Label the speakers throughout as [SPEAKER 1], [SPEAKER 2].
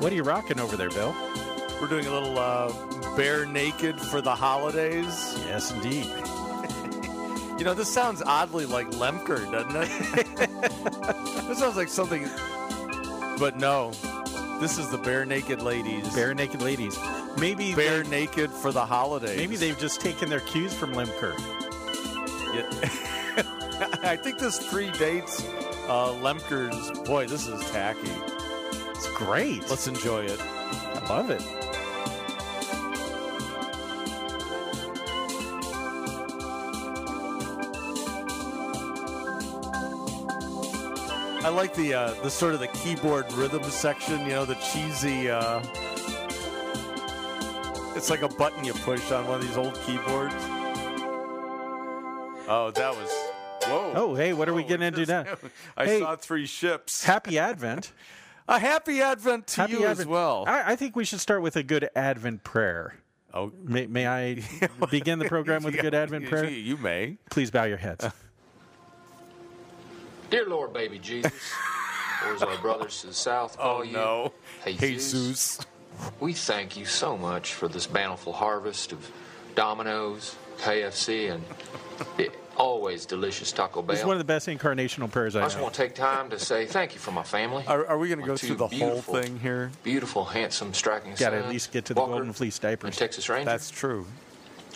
[SPEAKER 1] What are you rocking over there, Bill?
[SPEAKER 2] We're doing a little uh, bare naked for the holidays.
[SPEAKER 1] Yes, indeed.
[SPEAKER 2] You know, this sounds oddly like Lemker, doesn't it? this sounds like something, but no. This is the bare naked ladies.
[SPEAKER 1] Bare naked ladies. Maybe
[SPEAKER 2] Bare naked for the holidays.
[SPEAKER 1] Maybe they've just taken their cues from Lemker.
[SPEAKER 2] Yeah. I think this predates uh, Lemker's. Boy, this is tacky.
[SPEAKER 1] It's great.
[SPEAKER 2] Let's enjoy it.
[SPEAKER 1] I love it.
[SPEAKER 2] I like the uh, the sort of the keyboard rhythm section. You know, the cheesy. Uh, it's like a button you push on one of these old keyboards. Oh, that was. Whoa.
[SPEAKER 1] Oh, hey, what are we
[SPEAKER 2] Holy
[SPEAKER 1] gonna do now?
[SPEAKER 2] shit. I
[SPEAKER 1] Hey.
[SPEAKER 2] saw three ships.
[SPEAKER 1] Happy Advent.
[SPEAKER 2] A happy Advent to
[SPEAKER 1] Happy
[SPEAKER 2] you as
[SPEAKER 1] Advent.
[SPEAKER 2] well.
[SPEAKER 1] I, I think we should start with a good Advent prayer.
[SPEAKER 2] Oh.
[SPEAKER 1] May, may I begin the program with a good Advent prayer?
[SPEAKER 2] You Uh, may.
[SPEAKER 1] Please bow your heads.
[SPEAKER 3] Dear Lord, baby Jesus, or as our brothers to the south call
[SPEAKER 2] Oh,
[SPEAKER 3] you,
[SPEAKER 2] no.
[SPEAKER 3] Jesus. we thank you so much for this bountiful harvest of Domino's, KFC, and the always delicious Taco Bell.
[SPEAKER 1] It's one of the best incarnational prayers I
[SPEAKER 3] I just
[SPEAKER 1] know.
[SPEAKER 3] want to take time to say thank you for my family.
[SPEAKER 2] Are, are we going to
[SPEAKER 3] My
[SPEAKER 2] go
[SPEAKER 3] two
[SPEAKER 2] through the whole
[SPEAKER 3] beautiful,
[SPEAKER 2] thing here?
[SPEAKER 3] Beautiful, handsome, striking
[SPEAKER 1] Gotta at
[SPEAKER 3] sons,
[SPEAKER 1] least get to the
[SPEAKER 3] Walker
[SPEAKER 1] Golden Fleece diapers.
[SPEAKER 3] and Texas Ranger,
[SPEAKER 2] That's true.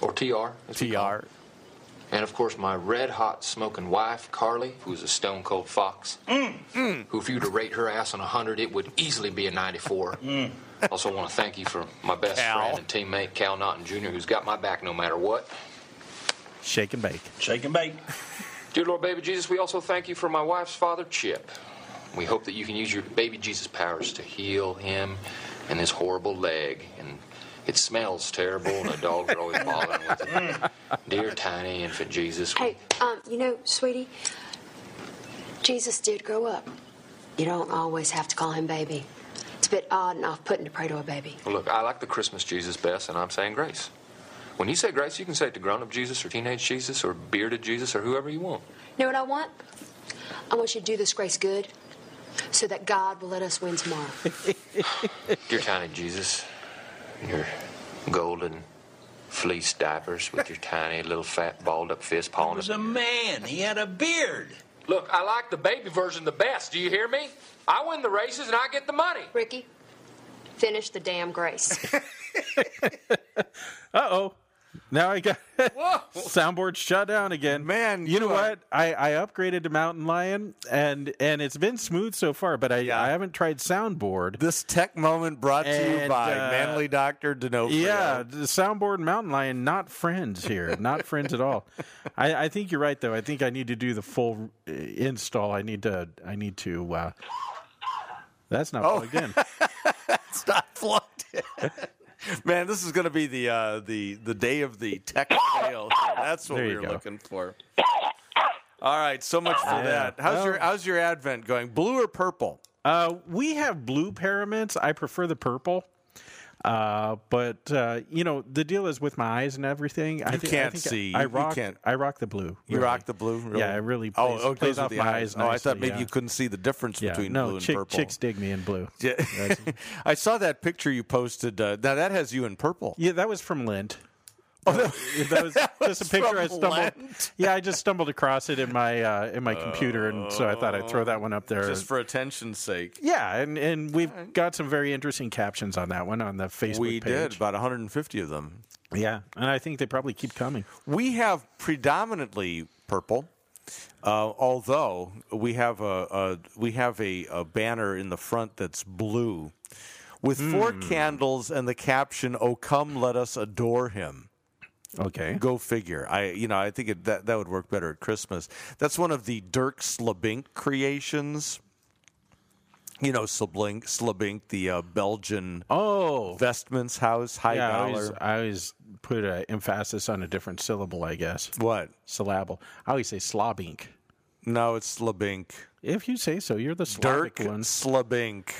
[SPEAKER 3] or TR. as we call her.
[SPEAKER 2] TR.
[SPEAKER 3] And of course, my red hot smoking wife, Carly, who's a stone cold fox. Who, if you were to rate her ass on 100, it would easily be a 94. Also, want to thank you for my best
[SPEAKER 2] Cal.
[SPEAKER 3] friend and teammate, Cal Naughton Jr., who's got my back no matter what.
[SPEAKER 1] Shake and bake.
[SPEAKER 4] Shake and bake.
[SPEAKER 3] Dear Lord Baby Jesus, we also thank you for my wife's father, Chip. We hope that you can use your baby Jesus powers to heal him and his horrible leg. And it smells terrible, and the dogs are always bothering with it. Dear tiny infant Jesus, we
[SPEAKER 5] Hey, um, you know, sweetie, Jesus did grow up. You don't always have to call him baby. It's a bit odd and off-putting to pray to a baby.
[SPEAKER 3] Well, Look, I like the Christmas Jesus best, and I'm saying grace. When you say grace, you can say it to grown up Jesus or teenage Jesus or bearded Jesus or whoever you want.
[SPEAKER 5] You know what I want? I want you to do this grace good, so that God will let us win tomorrow.
[SPEAKER 3] Dear tiny Jesus, in your golden fleece diapers with your tiny little fat balled up fist
[SPEAKER 4] He
[SPEAKER 3] pawing
[SPEAKER 4] was
[SPEAKER 3] at
[SPEAKER 4] a man. He had a beard.
[SPEAKER 3] Look, I like the baby version the best. Do you hear me? I win the races and I get the money.
[SPEAKER 5] Ricky, finish the damn grace.
[SPEAKER 1] Uh oh. Now I got soundboard shut down again.
[SPEAKER 2] Man,
[SPEAKER 1] you, know
[SPEAKER 2] you are-
[SPEAKER 1] what? I, I upgraded to Mountain Lion, and and it's been smooth so far. But I, I haven't tried soundboard.
[SPEAKER 2] This tech moment brought to you
[SPEAKER 1] And,
[SPEAKER 2] by
[SPEAKER 1] uh,
[SPEAKER 2] Manly Doctor Denofrio.
[SPEAKER 1] yeah, the soundboard and Mountain Lion not friends here, not friends at all. I, I think you're right though. I think I need to do the full uh, install. I need to. I need to. Uh, that's not
[SPEAKER 2] Oh.
[SPEAKER 1] plugged in.
[SPEAKER 2] It's not plugged in. Man, this is going to be the uh, the the day of the tech fail. That's what
[SPEAKER 1] There
[SPEAKER 2] we
[SPEAKER 1] you
[SPEAKER 2] were
[SPEAKER 1] go.
[SPEAKER 2] looking for. All right, so much for that. How's
[SPEAKER 1] Well-
[SPEAKER 2] your how's your advent going? Blue or purple?
[SPEAKER 1] Uh, we have blue pyramids. I prefer the purple. Uh, but uh, you know the deal is with my eyes and everything. I
[SPEAKER 2] You
[SPEAKER 1] think, I
[SPEAKER 2] can't
[SPEAKER 1] think
[SPEAKER 2] see.
[SPEAKER 1] I
[SPEAKER 2] You
[SPEAKER 1] rock.
[SPEAKER 2] can't-
[SPEAKER 1] I rock the blue.
[SPEAKER 2] You
[SPEAKER 1] really.
[SPEAKER 2] rock the blue, really?
[SPEAKER 1] Yeah, it really
[SPEAKER 2] Oh,
[SPEAKER 1] plays-
[SPEAKER 2] oh, it
[SPEAKER 1] plays
[SPEAKER 2] goes with
[SPEAKER 1] off
[SPEAKER 2] the
[SPEAKER 1] my eyes
[SPEAKER 2] eyes. Oh, I thought
[SPEAKER 1] nicely,
[SPEAKER 2] maybe
[SPEAKER 1] yeah.
[SPEAKER 2] you couldn't see the difference
[SPEAKER 1] Yeah,
[SPEAKER 2] between
[SPEAKER 1] no,
[SPEAKER 2] blue and
[SPEAKER 1] chick-
[SPEAKER 2] purple.
[SPEAKER 1] chicks dig me in blue.
[SPEAKER 2] Yeah. I saw that picture you posted. Uh, now that has you in purple.
[SPEAKER 1] Yeah, that was from Lint. Oh, that, was just a picture I
[SPEAKER 2] from
[SPEAKER 1] stumbled.
[SPEAKER 2] Lint?
[SPEAKER 1] Yeah, I just stumbled across it in my uh, in my computer, and so I thought I'd throw that one up there.
[SPEAKER 2] Just for attention's sake.
[SPEAKER 1] yeah, and and we've got some very interesting captions on that one on the Facebook
[SPEAKER 2] We
[SPEAKER 1] page.
[SPEAKER 2] did about 150 of them.
[SPEAKER 1] Yeah, and I think they probably keep coming.
[SPEAKER 2] We have predominantly purple, uh, although we have a, a we have a, a banner in the front that's blue,
[SPEAKER 1] Hmm.
[SPEAKER 2] "Oh, with four candles and the caption "O come, let us adore Him."
[SPEAKER 1] Okay.
[SPEAKER 2] Go figure. I, you know, I think it, that that would work better at Christmas. That's one of the Dirk Slabink creations. You know, Slabink, Slabink, the uh, Belgian
[SPEAKER 1] Oh.
[SPEAKER 2] vestments house, high
[SPEAKER 1] Yeah, I
[SPEAKER 2] dollar.
[SPEAKER 1] always, I always put an emphasis on a different syllable, I guess.
[SPEAKER 2] What?
[SPEAKER 1] Syllable. I always say slobink.
[SPEAKER 2] No, it's Slabink.
[SPEAKER 1] If you say so, you're the Slavic
[SPEAKER 2] Dirk
[SPEAKER 1] one.
[SPEAKER 2] Slabink.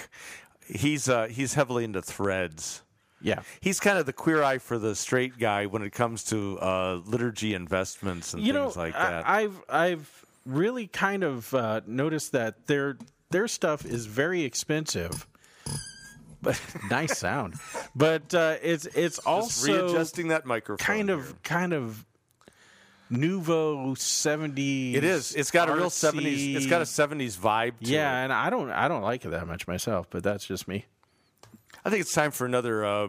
[SPEAKER 2] He's uh, he's heavily into threads.
[SPEAKER 1] Yeah.
[SPEAKER 2] He's kind of the queer eye for the straight guy when it comes to uh, liturgy investments and
[SPEAKER 1] you know,
[SPEAKER 2] things like
[SPEAKER 1] I,
[SPEAKER 2] that.
[SPEAKER 1] I've I've really kind of uh, noticed that their their stuff is very expensive. But nice sound, but uh, it's it's
[SPEAKER 2] Just
[SPEAKER 1] also
[SPEAKER 2] readjusting that microphone.
[SPEAKER 1] kind
[SPEAKER 2] here.
[SPEAKER 1] of kind of nouveau seventies.
[SPEAKER 2] It is. It's got a real seventies. It's got a seventies vibe. To
[SPEAKER 1] yeah,
[SPEAKER 2] it.
[SPEAKER 1] and I don't I don't like it that much myself, but that's just me.
[SPEAKER 2] I think it's time for another uh,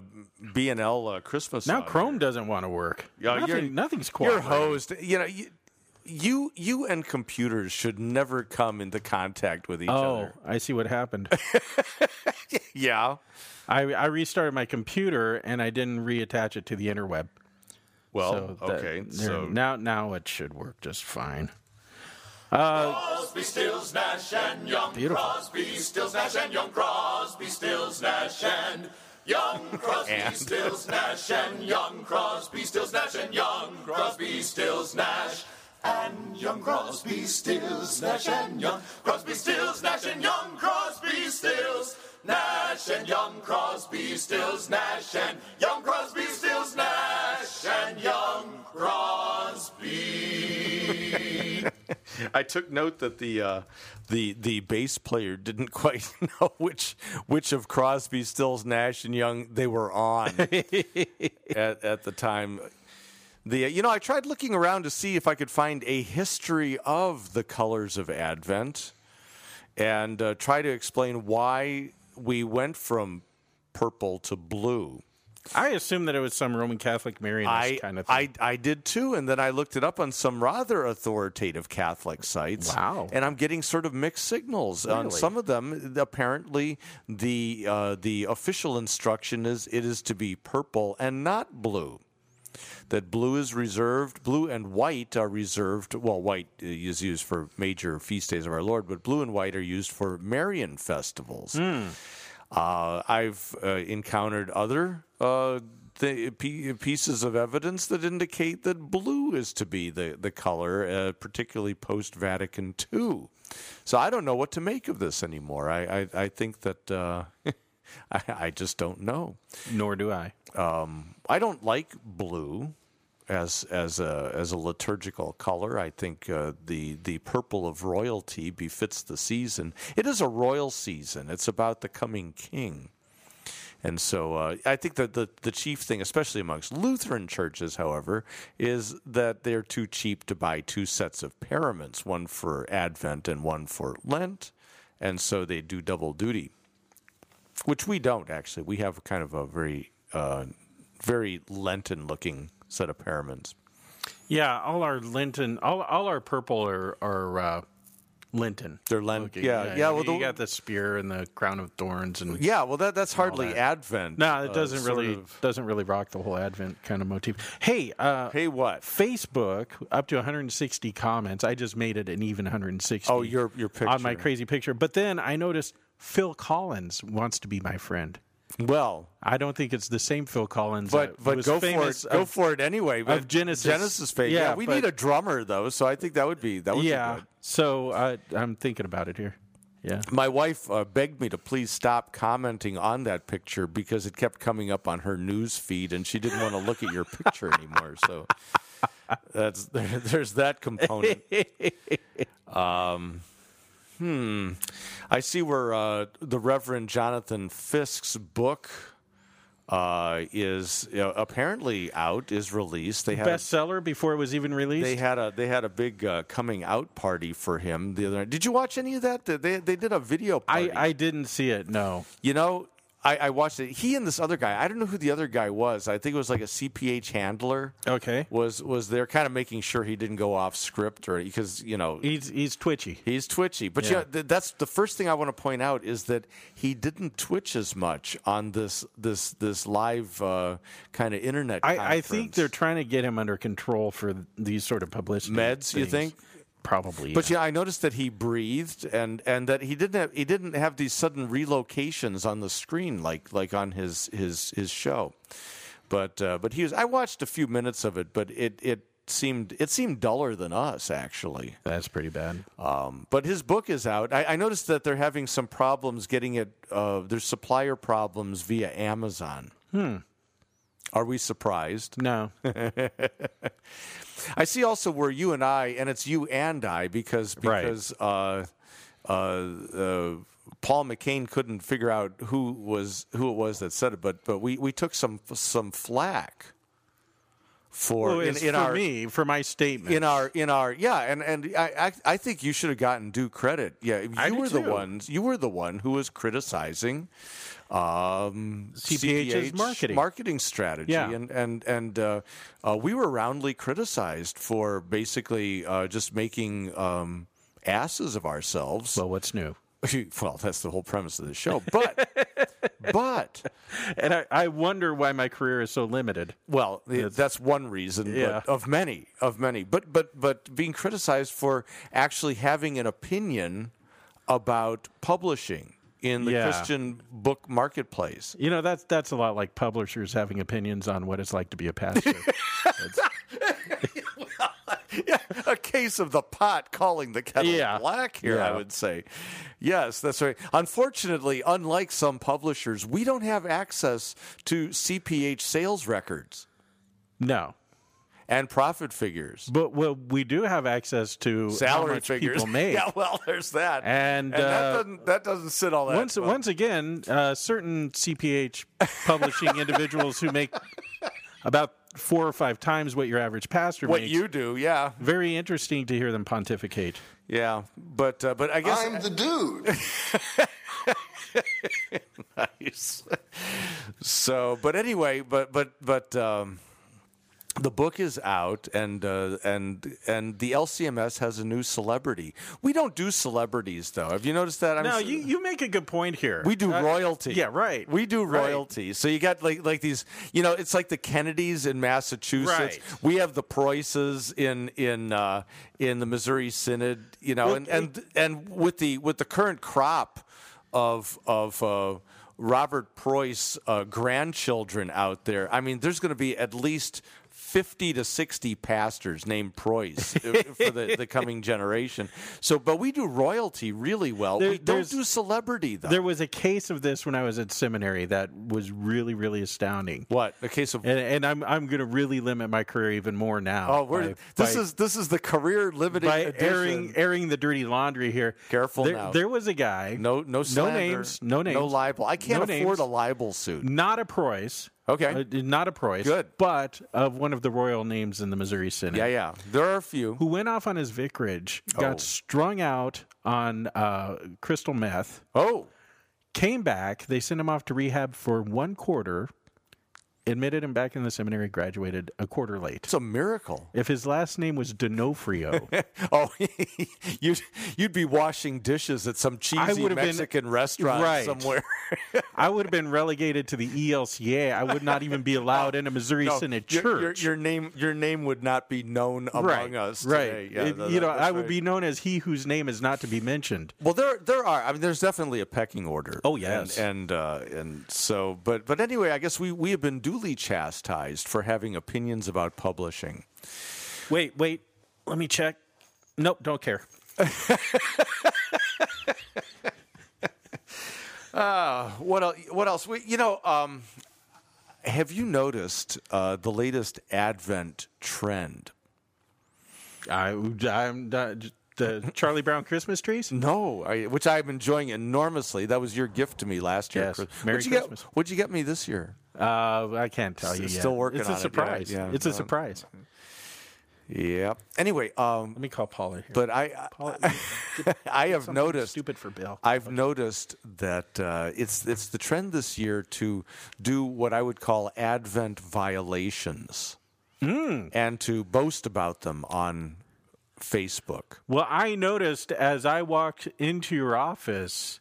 [SPEAKER 2] B and L uh, Christmas.
[SPEAKER 1] Now
[SPEAKER 2] song
[SPEAKER 1] Chrome
[SPEAKER 2] here.
[SPEAKER 1] doesn't want to work.
[SPEAKER 2] Yeah,
[SPEAKER 1] Nothing-
[SPEAKER 2] you're-
[SPEAKER 1] nothing's
[SPEAKER 2] You're
[SPEAKER 1] cooperating.
[SPEAKER 2] hosed. You know, you, you you and computers should never come into contact with each
[SPEAKER 1] Oh,
[SPEAKER 2] other.
[SPEAKER 1] I see what happened.
[SPEAKER 2] Yeah.
[SPEAKER 1] I, I restarted my computer and I didn't reattach it to the interweb.
[SPEAKER 2] Well,
[SPEAKER 1] that-
[SPEAKER 2] okay.
[SPEAKER 1] there-
[SPEAKER 2] So
[SPEAKER 1] now now it should work just fine. Uh, Beautiful.
[SPEAKER 2] and I took note that the uh, the the bass player didn't quite know which which of Crosby, Stills, Nash, and Young they were on at at the time. The uh, you know I tried looking around to see if I could find a history of the colors of Advent, and uh, try to explain why we went from purple to blue.
[SPEAKER 1] I assume that it was some Roman Catholic Marianist kind of thing.
[SPEAKER 2] I, I did too, and then I looked it up on some rather authoritative Catholic sites.
[SPEAKER 1] Wow.
[SPEAKER 2] And I'm getting sort of mixed signals on
[SPEAKER 1] Really?
[SPEAKER 2] some of them. Apparently, the uh, the official instruction is it is to be purple and not blue. That blue is reserved, blue and white are reserved. Well, white uh, is used for major feast days of our Lord, but blue and white are used for Marian festivals.
[SPEAKER 1] Hmm.
[SPEAKER 2] Uh, I've uh, encountered other uh, th- pe- pieces of evidence that indicate that blue is to be the, the color, uh, particularly post Vatican II. So I don't know what to make of this anymore. I, I, I think that uh, I, I just don't know.
[SPEAKER 1] Nor do I.
[SPEAKER 2] I don't like blue as as a as a liturgical color. I think uh, the the purple of royalty befits the season. It is a royal season. It's about the coming king. And so uh, I think that the, the chief thing, especially amongst Lutheran churches, however, is that they're too cheap to buy two sets of paraments, one for Advent and one for Lent. And so they do double duty which we don't actually. We have kind of a very, uh, very Lenten-looking set of paraments.
[SPEAKER 1] Yeah, all our Linton, all all our purple are are uh, Linton.
[SPEAKER 2] They're Lent, yeah, yeah.
[SPEAKER 1] you,
[SPEAKER 2] well, the,
[SPEAKER 1] you got the spear and the crown of thorns, and
[SPEAKER 2] yeah, well, that that's hardly
[SPEAKER 1] that.
[SPEAKER 2] Advent.
[SPEAKER 1] no, it
[SPEAKER 2] uh,
[SPEAKER 1] doesn't
[SPEAKER 2] sort
[SPEAKER 1] really
[SPEAKER 2] of-
[SPEAKER 1] doesn't really rock the whole Advent kind of motif. Hey, uh,
[SPEAKER 2] hey, what?
[SPEAKER 1] Facebook up to 160 comments. I just made it an even 160.
[SPEAKER 2] Oh, your- your
[SPEAKER 1] on my
[SPEAKER 2] picture.
[SPEAKER 1] crazy picture. But then I noticed Phil Collins wants to be my friend.
[SPEAKER 2] Well,
[SPEAKER 1] I don't think it's the same Phil Collins,
[SPEAKER 2] but
[SPEAKER 1] that
[SPEAKER 2] but
[SPEAKER 1] was
[SPEAKER 2] go for
[SPEAKER 1] famous
[SPEAKER 2] it. Go
[SPEAKER 1] of-
[SPEAKER 2] for it anyway. But
[SPEAKER 1] Genesis.
[SPEAKER 2] Genesis fame. Yeah,
[SPEAKER 1] Yeah,
[SPEAKER 2] we
[SPEAKER 1] but-
[SPEAKER 2] need a drummer though, so I think that would be that would be
[SPEAKER 1] Yeah.
[SPEAKER 2] good.
[SPEAKER 1] So uh, I'm thinking about it here. Yeah.
[SPEAKER 2] My wife uh, begged me to please stop commenting on that picture because it kept coming up on her news feed, and she didn't want to look at your picture anymore. So that's there, there's that component. Um, hmm. I see where uh, the Reverend Jonathan Fisk's book uh, is uh, apparently out, is released. They had a-
[SPEAKER 1] Bestseller before it was even released.
[SPEAKER 2] they had a they had a big uh, coming out party for him the other night. Did you watch any of that? They they did a video party.
[SPEAKER 1] I, I didn't see it. No.
[SPEAKER 2] You know, I, I watched it. He and this other guy. I don't know who the other guy was. I think it was like a CPH handler.
[SPEAKER 1] Okay.
[SPEAKER 2] Was was there kind of making sure he didn't go off script or because you know
[SPEAKER 1] He's he's twitchy.
[SPEAKER 2] He's twitchy, but yeah,
[SPEAKER 1] Yeah.
[SPEAKER 2] th- that's the first thing I want to point out is that he didn't twitch as much on this this this live uh, kind of internet.
[SPEAKER 1] I, I think
[SPEAKER 2] conference.
[SPEAKER 1] they're trying to get him under control for these sort of publicity.
[SPEAKER 2] Meds, you
[SPEAKER 1] things.
[SPEAKER 2] think?
[SPEAKER 1] Probably.
[SPEAKER 2] But
[SPEAKER 1] yeah.
[SPEAKER 2] yeah, I noticed that he breathed and and that he didn't have he didn't have these sudden relocations on the screen like like on his his his show. But uh, but he was. I watched a few minutes of it, but it it seemed it seemed duller than us actually.
[SPEAKER 1] that's pretty bad.
[SPEAKER 2] Uh, But his book is out. I, I noticed that they're having some problems getting it. Uh, there's supplier problems via Amazon. Hmm. Are we surprised?
[SPEAKER 1] No.
[SPEAKER 2] I see also where you and I, and it's you and I, because
[SPEAKER 1] Right.
[SPEAKER 2] because uh, uh, uh, Paul McCain couldn't figure out who was who it was that said it, but but we, we took some some flack for
[SPEAKER 1] Well,
[SPEAKER 2] in,
[SPEAKER 1] it's
[SPEAKER 2] in
[SPEAKER 1] for
[SPEAKER 2] our
[SPEAKER 1] me, for my statement.
[SPEAKER 2] in our in our yeah and and I I, I think you should have gotten due credit yeah you
[SPEAKER 1] I do
[SPEAKER 2] were the
[SPEAKER 1] too.
[SPEAKER 2] ones you were the one who was criticizing um
[SPEAKER 1] CPH's
[SPEAKER 2] CPH
[SPEAKER 1] marketing.
[SPEAKER 2] strategy
[SPEAKER 1] Yeah.
[SPEAKER 2] and and and uh, uh, we were roundly criticized for basically uh, just making um, asses of ourselves
[SPEAKER 1] well, what's new?
[SPEAKER 2] well that's the whole premise of the show but but
[SPEAKER 1] And I, I wonder why my career is so limited.
[SPEAKER 2] Well, i- that's one reason
[SPEAKER 1] Yeah.
[SPEAKER 2] but of many, of many. But but but being criticized for actually having an opinion about publishing in the
[SPEAKER 1] Yeah.
[SPEAKER 2] Christian book marketplace.
[SPEAKER 1] You know, that's that's a lot like publishers having opinions on what it's like to be a pastor.
[SPEAKER 2] Yeah, a case of the pot calling the kettle
[SPEAKER 1] Yeah.
[SPEAKER 2] black here, I
[SPEAKER 1] Yeah.
[SPEAKER 2] would say. Yes, that's right. Unfortunately, unlike some publishers, we don't have access to CPH sales records
[SPEAKER 1] no.
[SPEAKER 2] and profit figures.
[SPEAKER 1] But well, we do have access to how
[SPEAKER 2] Salary
[SPEAKER 1] much
[SPEAKER 2] figures.
[SPEAKER 1] people make.
[SPEAKER 2] yeah, well, there's that.
[SPEAKER 1] And,
[SPEAKER 2] that,
[SPEAKER 1] uh,
[SPEAKER 2] doesn't, that doesn't sit all that
[SPEAKER 1] once
[SPEAKER 2] well.
[SPEAKER 1] once again, uh, certain CPH publishing individuals who make about four or five times what your average pastor
[SPEAKER 2] what
[SPEAKER 1] makes.
[SPEAKER 2] you do, yeah,
[SPEAKER 1] very interesting to hear them pontificate.
[SPEAKER 2] yeah. But uh, but I guess
[SPEAKER 6] I'm the dude.
[SPEAKER 2] nice. so, but anyway, but but but um, the book is out, and uh, and and the LCMS has a new celebrity. We don't do celebrities though. Have you noticed that? I'm
[SPEAKER 1] No,
[SPEAKER 2] s-
[SPEAKER 1] you, you make a good point here.
[SPEAKER 2] We do
[SPEAKER 1] Uh,
[SPEAKER 2] royalty.
[SPEAKER 1] yeah, right.
[SPEAKER 2] We do
[SPEAKER 1] Right.
[SPEAKER 2] royalty. So you got like like these, you know, it's like the Kennedys in Massachusetts.
[SPEAKER 1] Right.
[SPEAKER 2] We have the Preuces in in uh, in the Missouri Synod, you know, and and and with the with the current crop of of uh, Robert Preuss uh, grandchildren out there. I mean, there's going to be at least 50 to 60 pastors named Preuss uh, for the, the coming generation. So, but we do royalty really well.
[SPEAKER 1] There-
[SPEAKER 2] we don't
[SPEAKER 1] there's-
[SPEAKER 2] do celebrity, though.
[SPEAKER 1] There was a case of this when I was at seminary that was really, really astounding.
[SPEAKER 2] What a case of
[SPEAKER 1] And, and I'm I'm going to really limit my career even more now.
[SPEAKER 2] oh, we're,
[SPEAKER 1] by-
[SPEAKER 2] this
[SPEAKER 1] by-
[SPEAKER 2] is this is the career limiting
[SPEAKER 1] by
[SPEAKER 2] edition.
[SPEAKER 1] airing airing the dirty laundry here.
[SPEAKER 2] Careful
[SPEAKER 1] there,
[SPEAKER 2] now.
[SPEAKER 1] There was a guy.
[SPEAKER 2] no no slander,
[SPEAKER 1] names. No names.
[SPEAKER 2] no libel. I can't
[SPEAKER 1] No
[SPEAKER 2] afford
[SPEAKER 1] names.
[SPEAKER 2] a libel suit.
[SPEAKER 1] Not a Preuss.
[SPEAKER 2] Okay.
[SPEAKER 1] Uh, not a Preuss.
[SPEAKER 2] Good.
[SPEAKER 1] But of one of the royal names in the Missouri Synod.
[SPEAKER 2] Yeah, yeah. There are a few.
[SPEAKER 1] Who went off on his vicarage,
[SPEAKER 2] Oh.
[SPEAKER 1] got strung out on uh, crystal meth,
[SPEAKER 2] Oh,
[SPEAKER 1] came back. They sent him off to rehab for one quarter, admitted him back in the seminary, graduated a quarter late.
[SPEAKER 2] it's a miracle.
[SPEAKER 1] If his last name was D'Onofrio,
[SPEAKER 2] Oh, you'd you'd be washing dishes at some cheesy
[SPEAKER 1] would've been-
[SPEAKER 2] Mexican restaurant
[SPEAKER 1] Right.
[SPEAKER 2] somewhere.
[SPEAKER 1] I would have been relegated to the E ELCA. I would not even be allowed in a Missouri
[SPEAKER 2] No,
[SPEAKER 1] Synod
[SPEAKER 2] your,
[SPEAKER 1] church.
[SPEAKER 2] your- your name your name would not be known among
[SPEAKER 1] right,
[SPEAKER 2] us.
[SPEAKER 1] right?
[SPEAKER 2] today. Yeah,
[SPEAKER 1] It-
[SPEAKER 2] that-
[SPEAKER 1] you know,
[SPEAKER 2] that's
[SPEAKER 1] I would
[SPEAKER 2] right.
[SPEAKER 1] be known as he whose name is not to be mentioned.
[SPEAKER 2] Well, there there are. I mean, there's definitely a pecking order.
[SPEAKER 1] Oh, yes.
[SPEAKER 2] and and, uh, and so, but but anyway, I guess we we have been duly chastised for having opinions about publishing.
[SPEAKER 1] Wait, wait. Let me check. Nope, don't care.
[SPEAKER 2] Uh, What else? What else? We, you know, um, have you noticed uh, the latest Advent trend?
[SPEAKER 1] I, I'm not, the Charlie Brown Christmas trees.
[SPEAKER 2] No, I, which I'm enjoying enormously. That was your gift to me last year.
[SPEAKER 1] Yes.
[SPEAKER 2] Chris.
[SPEAKER 1] Merry
[SPEAKER 2] what'd you
[SPEAKER 1] Christmas.
[SPEAKER 2] Get, what'd you get me this year?
[SPEAKER 1] Uh, I can't tell you.
[SPEAKER 2] It's
[SPEAKER 1] yet.
[SPEAKER 2] still working
[SPEAKER 1] It's
[SPEAKER 2] on
[SPEAKER 1] a
[SPEAKER 2] it, yeah,
[SPEAKER 1] surprise.
[SPEAKER 2] yeah.
[SPEAKER 1] It's a
[SPEAKER 2] Um,
[SPEAKER 1] surprise.
[SPEAKER 2] Yep. Anyway, um,
[SPEAKER 6] Let me call Paula here.
[SPEAKER 2] but I, I, I have
[SPEAKER 6] something
[SPEAKER 2] noticed.
[SPEAKER 6] stupid for Bill.
[SPEAKER 2] I've noticed that uh, it's it's the trend this year to do what I would call Advent violations, and to boast about them on Facebook.
[SPEAKER 1] Well, I noticed as I walked into your office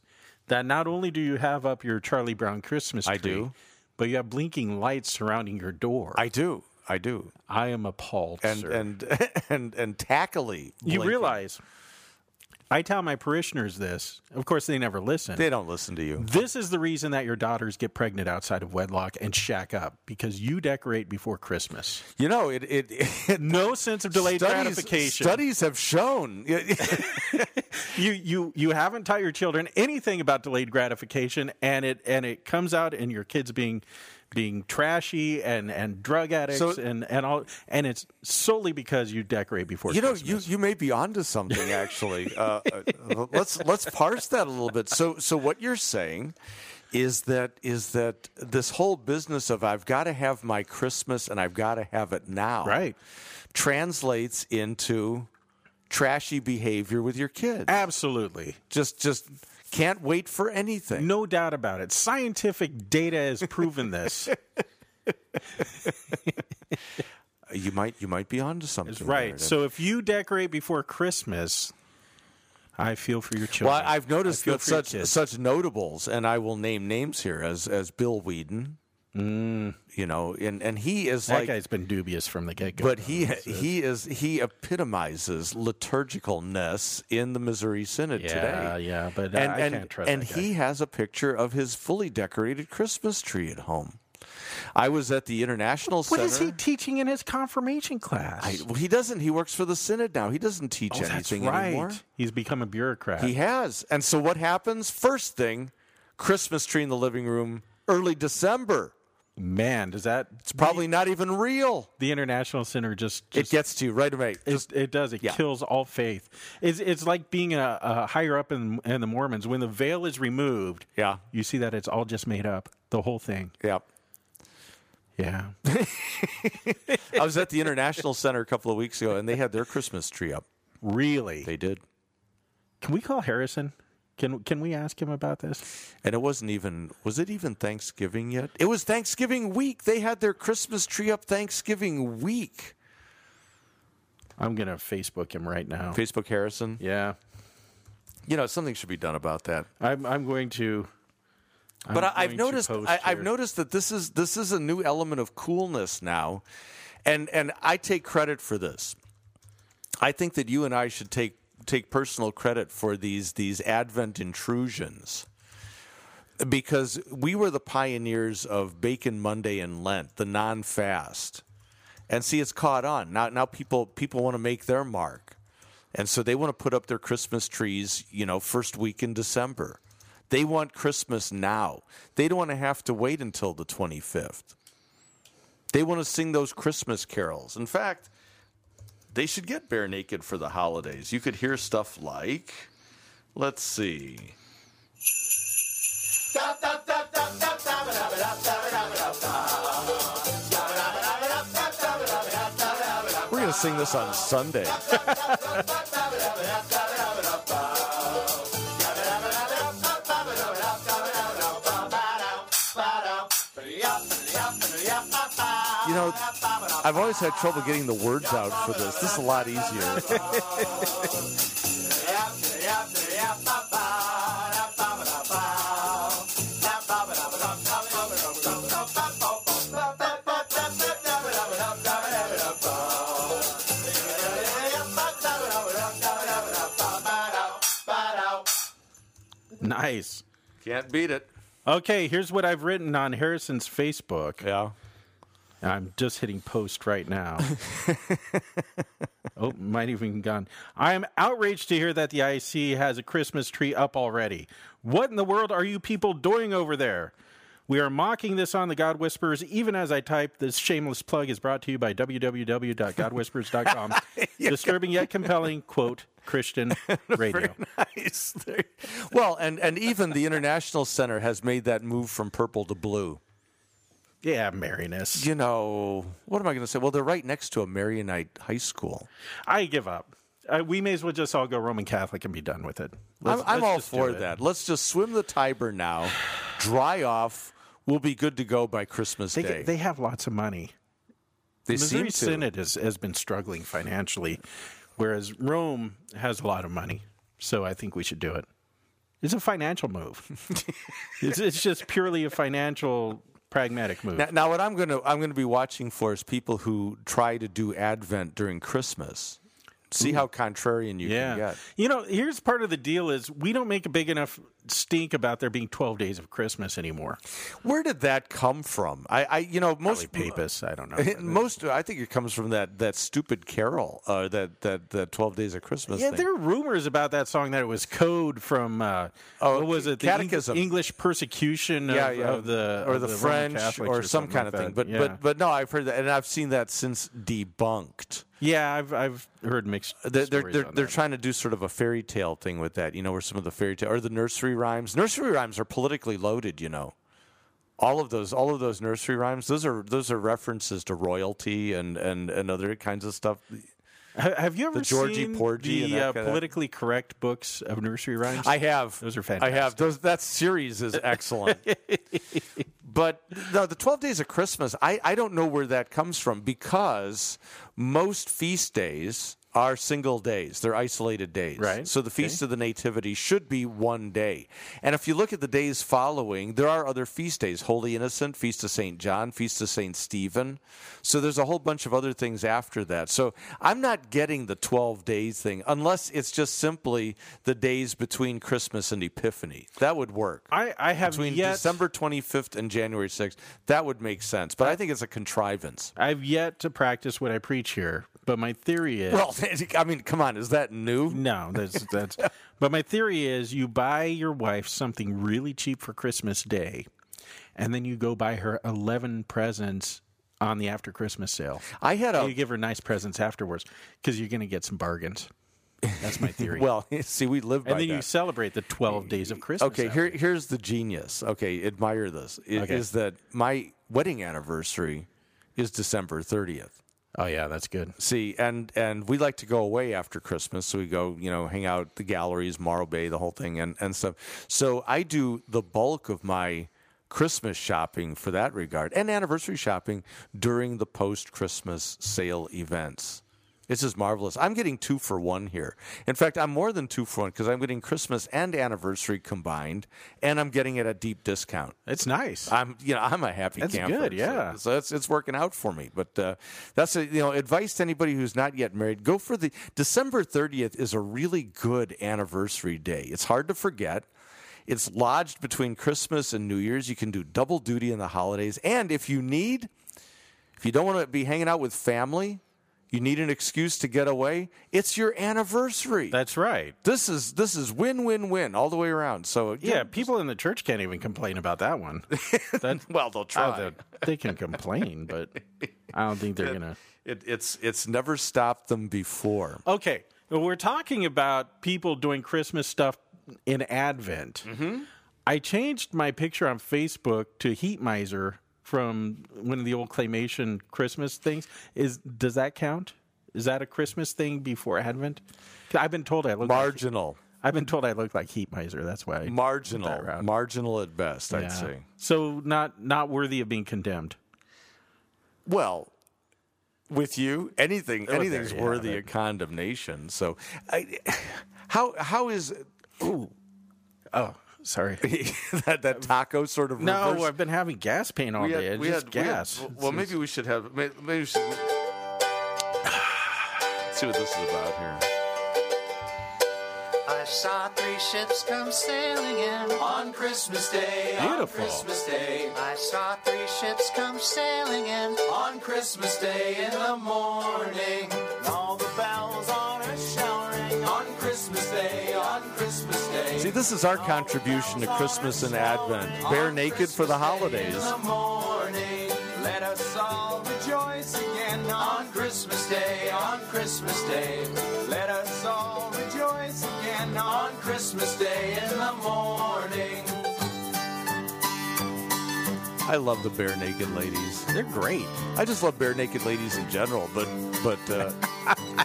[SPEAKER 1] that not only do you have up your Charlie Brown Christmas tree,
[SPEAKER 2] I do.
[SPEAKER 1] but you have blinking lights surrounding your door.
[SPEAKER 2] I do. I do.
[SPEAKER 1] I am appalled,
[SPEAKER 2] And
[SPEAKER 1] sir.
[SPEAKER 2] and and and tackily.
[SPEAKER 1] you
[SPEAKER 2] blinking.
[SPEAKER 1] realize I tell my parishioners this. Of course, they never listen.
[SPEAKER 2] they don't listen to you.
[SPEAKER 1] this is the reason that your daughters get pregnant outside of wedlock and shack up because you decorate before Christmas.
[SPEAKER 2] You know it. It. it
[SPEAKER 1] No sense of delayed gratification.
[SPEAKER 2] Studies have shown.
[SPEAKER 1] you you you haven't taught your children anything about delayed gratification and it and it comes out in your kids being being trashy and and drug addicts
[SPEAKER 2] So-
[SPEAKER 1] and and all and it's solely because you decorate before
[SPEAKER 2] you know,
[SPEAKER 1] Christmas.
[SPEAKER 2] you, you may be onto something actually. uh, uh, let's let's parse that a little bit. So so what you're saying is that is that this whole business of I've got to have my Christmas and I've got to have it now,
[SPEAKER 1] Right.
[SPEAKER 2] Translates into trashy behavior with your kids.
[SPEAKER 1] Absolutely.
[SPEAKER 2] Just just can't wait for anything.
[SPEAKER 1] No doubt about it. Scientific data has proven this.
[SPEAKER 2] You might you might be onto something.
[SPEAKER 1] That's
[SPEAKER 2] there.
[SPEAKER 1] right. So if you decorate before Christmas, I feel for your children.
[SPEAKER 2] Well, I've noticed
[SPEAKER 1] I feel
[SPEAKER 2] that
[SPEAKER 1] for your
[SPEAKER 2] such
[SPEAKER 1] kids.
[SPEAKER 2] such notables, and I will name names here as as Bill Whedon. You know, and and he is
[SPEAKER 1] Mm. that
[SPEAKER 2] like,
[SPEAKER 1] guy's been dubious from the get go.
[SPEAKER 2] but he he is he epitomizes liturgicalness in the Missouri Synod
[SPEAKER 1] Yeah,
[SPEAKER 2] today.
[SPEAKER 1] yeah, but uh,
[SPEAKER 2] and,
[SPEAKER 1] I
[SPEAKER 2] and,
[SPEAKER 1] can't trust
[SPEAKER 2] And
[SPEAKER 1] that guy.
[SPEAKER 2] he has a picture of his fully decorated Christmas tree at home. I was at the international
[SPEAKER 1] what
[SPEAKER 2] center.
[SPEAKER 1] is he teaching in his confirmation class?
[SPEAKER 2] I- well, he doesn't. He works for the synod now. He doesn't teach
[SPEAKER 1] Oh, that's
[SPEAKER 2] anything
[SPEAKER 1] right.
[SPEAKER 2] anymore.
[SPEAKER 1] He's become a bureaucrat.
[SPEAKER 2] He has. And so what happens? First thing, Christmas tree in the living room, early December.
[SPEAKER 1] Man, does that
[SPEAKER 2] It's probably not even real.
[SPEAKER 1] the international center just,
[SPEAKER 2] It
[SPEAKER 1] just
[SPEAKER 2] gets to you right away.
[SPEAKER 1] it, it does it
[SPEAKER 2] yeah.
[SPEAKER 1] kills all faith. It's it's like being a, a higher up in, in the Mormons when the veil is removed.
[SPEAKER 2] Yeah.
[SPEAKER 1] you see that it's all just made up. The whole thing.
[SPEAKER 2] Yeah.
[SPEAKER 1] Yeah.
[SPEAKER 2] I was at the International Center a couple of weeks ago and they had their Christmas tree up.
[SPEAKER 1] really.
[SPEAKER 2] They did.
[SPEAKER 1] Can we call Harrison? Can can we ask him about this?
[SPEAKER 2] And it wasn't even was it even Thanksgiving yet? It was Thanksgiving week. They had their Christmas tree up Thanksgiving week.
[SPEAKER 1] I'm gonna Facebook him right now.
[SPEAKER 2] Facebook Harrison.
[SPEAKER 1] Yeah,
[SPEAKER 2] You know, something should be done about that.
[SPEAKER 1] I'm I'm going to. I'm
[SPEAKER 2] but I,
[SPEAKER 1] going
[SPEAKER 2] I've
[SPEAKER 1] to
[SPEAKER 2] noticed
[SPEAKER 1] post
[SPEAKER 2] I, I've
[SPEAKER 1] here.
[SPEAKER 2] noticed that this is this is a new element of coolness now, and and I take credit for this. I think that you and I should take take personal credit for these these Advent intrusions because we were the pioneers of Bacon Monday and Lent, the non-fast, and see it's caught on now. Now people people want to make their mark. And so they want to put up their Christmas trees, you know, first week in December. They want Christmas now. They don't want to have to wait until the 25th. They want to sing those Christmas carols. In fact, they should get bare naked for the holidays. You could hear stuff like, let's see. We're going to sing this on Sunday. You know, I've always had trouble getting the words out for this. This is a lot easier.
[SPEAKER 1] nice.
[SPEAKER 2] Can't beat it.
[SPEAKER 1] Okay, here's what I've written on Harrison's Facebook.
[SPEAKER 2] Yeah.
[SPEAKER 1] I'm just hitting post right now. oh, might even gone. I am outraged to hear that the IC has a Christmas tree up already. What in the world are you people doing over there? We are mocking this on the God Whispers. Even as I type, this shameless plug is brought to you by www.godwhispers.com. Disturbing yet compelling, quote, Christian radio.
[SPEAKER 2] Nice. There- Well, and, and even the International Center has made that move from purple to blue.
[SPEAKER 1] Yeah, merriness.
[SPEAKER 2] You know, what am I going to say? Well, they're right next to a Marionite high school.
[SPEAKER 1] I give up. Uh, we may as well just all go Roman Catholic and be done with it.
[SPEAKER 2] I'm,
[SPEAKER 1] Let's-
[SPEAKER 2] I'm
[SPEAKER 1] let's
[SPEAKER 2] all
[SPEAKER 1] just do
[SPEAKER 2] for
[SPEAKER 1] it.
[SPEAKER 2] that. Let's just swim the Tiber now, dry off. We'll be good to go by Christmas
[SPEAKER 1] They,
[SPEAKER 2] Day.
[SPEAKER 1] get- they have lots of money.
[SPEAKER 2] They
[SPEAKER 1] The Missouri Synod has, has been struggling financially, whereas Rome has a lot of money. So I think we should do it. It's a financial move. it's, it's just purely a financial, pragmatic move.
[SPEAKER 2] Now, now what I'm going to I'm going to be watching for is people who try to do Advent during Christmas. See how contrarian you can
[SPEAKER 1] yeah.
[SPEAKER 2] get.
[SPEAKER 1] You know, here's part of the deal is we don't make a big enough stink about there being 12 days of Christmas anymore.
[SPEAKER 2] Where did that come from? I, I you know, most
[SPEAKER 1] Probably papists. I don't know.
[SPEAKER 2] most I think it comes from that that stupid carol uh, that that that 12 days of Christmas
[SPEAKER 1] Yeah,
[SPEAKER 2] thing.
[SPEAKER 1] there are rumors about that song that it was code from uh,
[SPEAKER 2] Oh,
[SPEAKER 1] what was it? The
[SPEAKER 2] catechism.
[SPEAKER 1] Eng- English persecution of,
[SPEAKER 2] yeah, yeah.
[SPEAKER 1] of the
[SPEAKER 2] or
[SPEAKER 1] of
[SPEAKER 2] the,
[SPEAKER 1] Roman
[SPEAKER 2] French
[SPEAKER 1] Catholics
[SPEAKER 2] or some
[SPEAKER 1] something
[SPEAKER 2] kind
[SPEAKER 1] like
[SPEAKER 2] of thing.
[SPEAKER 1] that.
[SPEAKER 2] But
[SPEAKER 1] yeah.
[SPEAKER 2] but but no, I've heard that, and I've seen that since debunked.
[SPEAKER 1] yeah, I've I've heard mixed.
[SPEAKER 2] They're they're
[SPEAKER 1] stories
[SPEAKER 2] they're,
[SPEAKER 1] on
[SPEAKER 2] they're
[SPEAKER 1] that.
[SPEAKER 2] trying to do sort of a fairy tale thing with that, you know, where some of the fairy tale or the nursery rhymes. Nursery rhymes are politically loaded, you know. All of those, all of those nursery rhymes, those are those are references to royalty and and and other kinds of stuff.
[SPEAKER 1] Ha- Have you ever
[SPEAKER 2] Georgie
[SPEAKER 1] seen
[SPEAKER 2] Porgy and
[SPEAKER 1] the
[SPEAKER 2] that
[SPEAKER 1] uh,
[SPEAKER 2] kind of-
[SPEAKER 1] politically correct books of nursery rhymes?
[SPEAKER 2] I have.
[SPEAKER 1] Those are
[SPEAKER 2] I have. Those that series is excellent. but the, the 12 days of Christmas, I, I don't know where that comes from because most feast days are single days. They're isolated days.
[SPEAKER 1] Right.
[SPEAKER 2] So the feast of the nativity should be one day. And if you look at the days following, there are other feast days, Holy Innocent, Feast of St. John, Feast of St. Stephen. So there's a whole bunch of other things after that. So I'm not getting the 12 days thing unless it's just simply the days between Christmas and Epiphany. That would work
[SPEAKER 1] I, I have
[SPEAKER 2] between
[SPEAKER 1] yet,
[SPEAKER 2] December 25th and January 6th. That would make sense, but I think it's a contrivance.
[SPEAKER 1] I've yet to practice what I preach here, but my theory is
[SPEAKER 2] Well, I mean, come on, is that new?
[SPEAKER 1] No, that's that's. but my theory is, you buy your wife something really cheap for Christmas Day, and then you go buy her eleven presents on the after Christmas sale.
[SPEAKER 2] I had
[SPEAKER 1] you
[SPEAKER 2] a
[SPEAKER 1] give her nice presents afterwards because you're going to get some bargains. That's my theory.
[SPEAKER 2] well. See, we live by
[SPEAKER 1] and then you
[SPEAKER 2] that.
[SPEAKER 1] celebrate the twelve days of Christmas.
[SPEAKER 2] okay,
[SPEAKER 1] that
[SPEAKER 2] here
[SPEAKER 1] way.
[SPEAKER 2] here's the genius. Okay, admire this. i- Is
[SPEAKER 1] Okay.
[SPEAKER 2] that my wedding anniversary is December 30th.
[SPEAKER 1] Oh yeah, that's good.
[SPEAKER 2] See, and and we like to go away after Christmas, so we go, you know, hang out at the galleries, Morrow Bay, the whole thing, and and stuff. So I do the bulk of my Christmas shopping for that regard, and anniversary shopping during the post Christmas sale events. This is marvelous. I'm getting two for one here. In fact, I'm more than two for one because I'm getting Christmas and anniversary combined, and I'm getting it at deep discount.
[SPEAKER 1] It's nice.
[SPEAKER 2] I'm you know I'm a happy
[SPEAKER 1] That's
[SPEAKER 2] camper.
[SPEAKER 1] good,
[SPEAKER 2] so-
[SPEAKER 1] yeah.
[SPEAKER 2] So, it's it's working out for me. But uh, that's a, you know advice to anybody who's not yet married. Go for the December 30th is a really good anniversary day. It's hard to forget. It's lodged between Christmas and New Year's. You can do double duty in the holidays, and if you need, if you don't want to be hanging out with family, you need an excuse to get away. It's your anniversary.
[SPEAKER 1] that's right.
[SPEAKER 2] this is this is win win win all the way around. So
[SPEAKER 1] Yeah, people in the church can't even complain about that one. That's,
[SPEAKER 2] Well, they'll try.
[SPEAKER 1] Oh, they can complain, but I don't think they're gonna.
[SPEAKER 2] It, it's it's never stopped them before.
[SPEAKER 1] Okay, well, we're talking about people doing Christmas stuff in Advent. Mm-hmm. I changed my picture on Facebook to Heat Miser from one of the old claymation Christmas things. Is does that count? Is that a Christmas thing before Advent? 'Cause I've been told I look. Like,
[SPEAKER 2] Marginal,
[SPEAKER 1] I've been told I look like Heat Miser. That's why. I- That
[SPEAKER 2] marginal,
[SPEAKER 1] route.
[SPEAKER 2] marginal at best.
[SPEAKER 1] Yeah.
[SPEAKER 2] I'd say.
[SPEAKER 1] So not not worthy of being condemned.
[SPEAKER 2] Well, with you, anything
[SPEAKER 1] there
[SPEAKER 2] anything's
[SPEAKER 1] you have
[SPEAKER 2] worthy
[SPEAKER 1] it.
[SPEAKER 2] of condemnation. So, I, how how is
[SPEAKER 1] Oh, sorry.
[SPEAKER 2] that that taco sort of
[SPEAKER 1] No,
[SPEAKER 2] reverse?
[SPEAKER 1] I've been having gas pain all
[SPEAKER 2] We had-
[SPEAKER 1] day. It's
[SPEAKER 2] we
[SPEAKER 1] just
[SPEAKER 2] had- we had-
[SPEAKER 1] gas.
[SPEAKER 2] well, maybe we should have. may- Maybe we should see what this is about here.
[SPEAKER 6] I saw three ships come sailing in on Christmas Day.
[SPEAKER 1] Beautiful.
[SPEAKER 6] Day. I saw three ships come sailing in on Christmas Day in the morning. All the bells on a showering on Christmas Day, on Christmas Day.
[SPEAKER 2] See, this is our contribution to Christmas and Advent. Bare naked for the holidays.
[SPEAKER 6] In the morning, let us all rejoice again on Christmas Day, on Christmas Day. Let us all rejoice again on Christmas Day in the morning.
[SPEAKER 2] I love the bare naked ladies.
[SPEAKER 7] They're great.
[SPEAKER 2] I just love bare naked ladies in general, but but uh,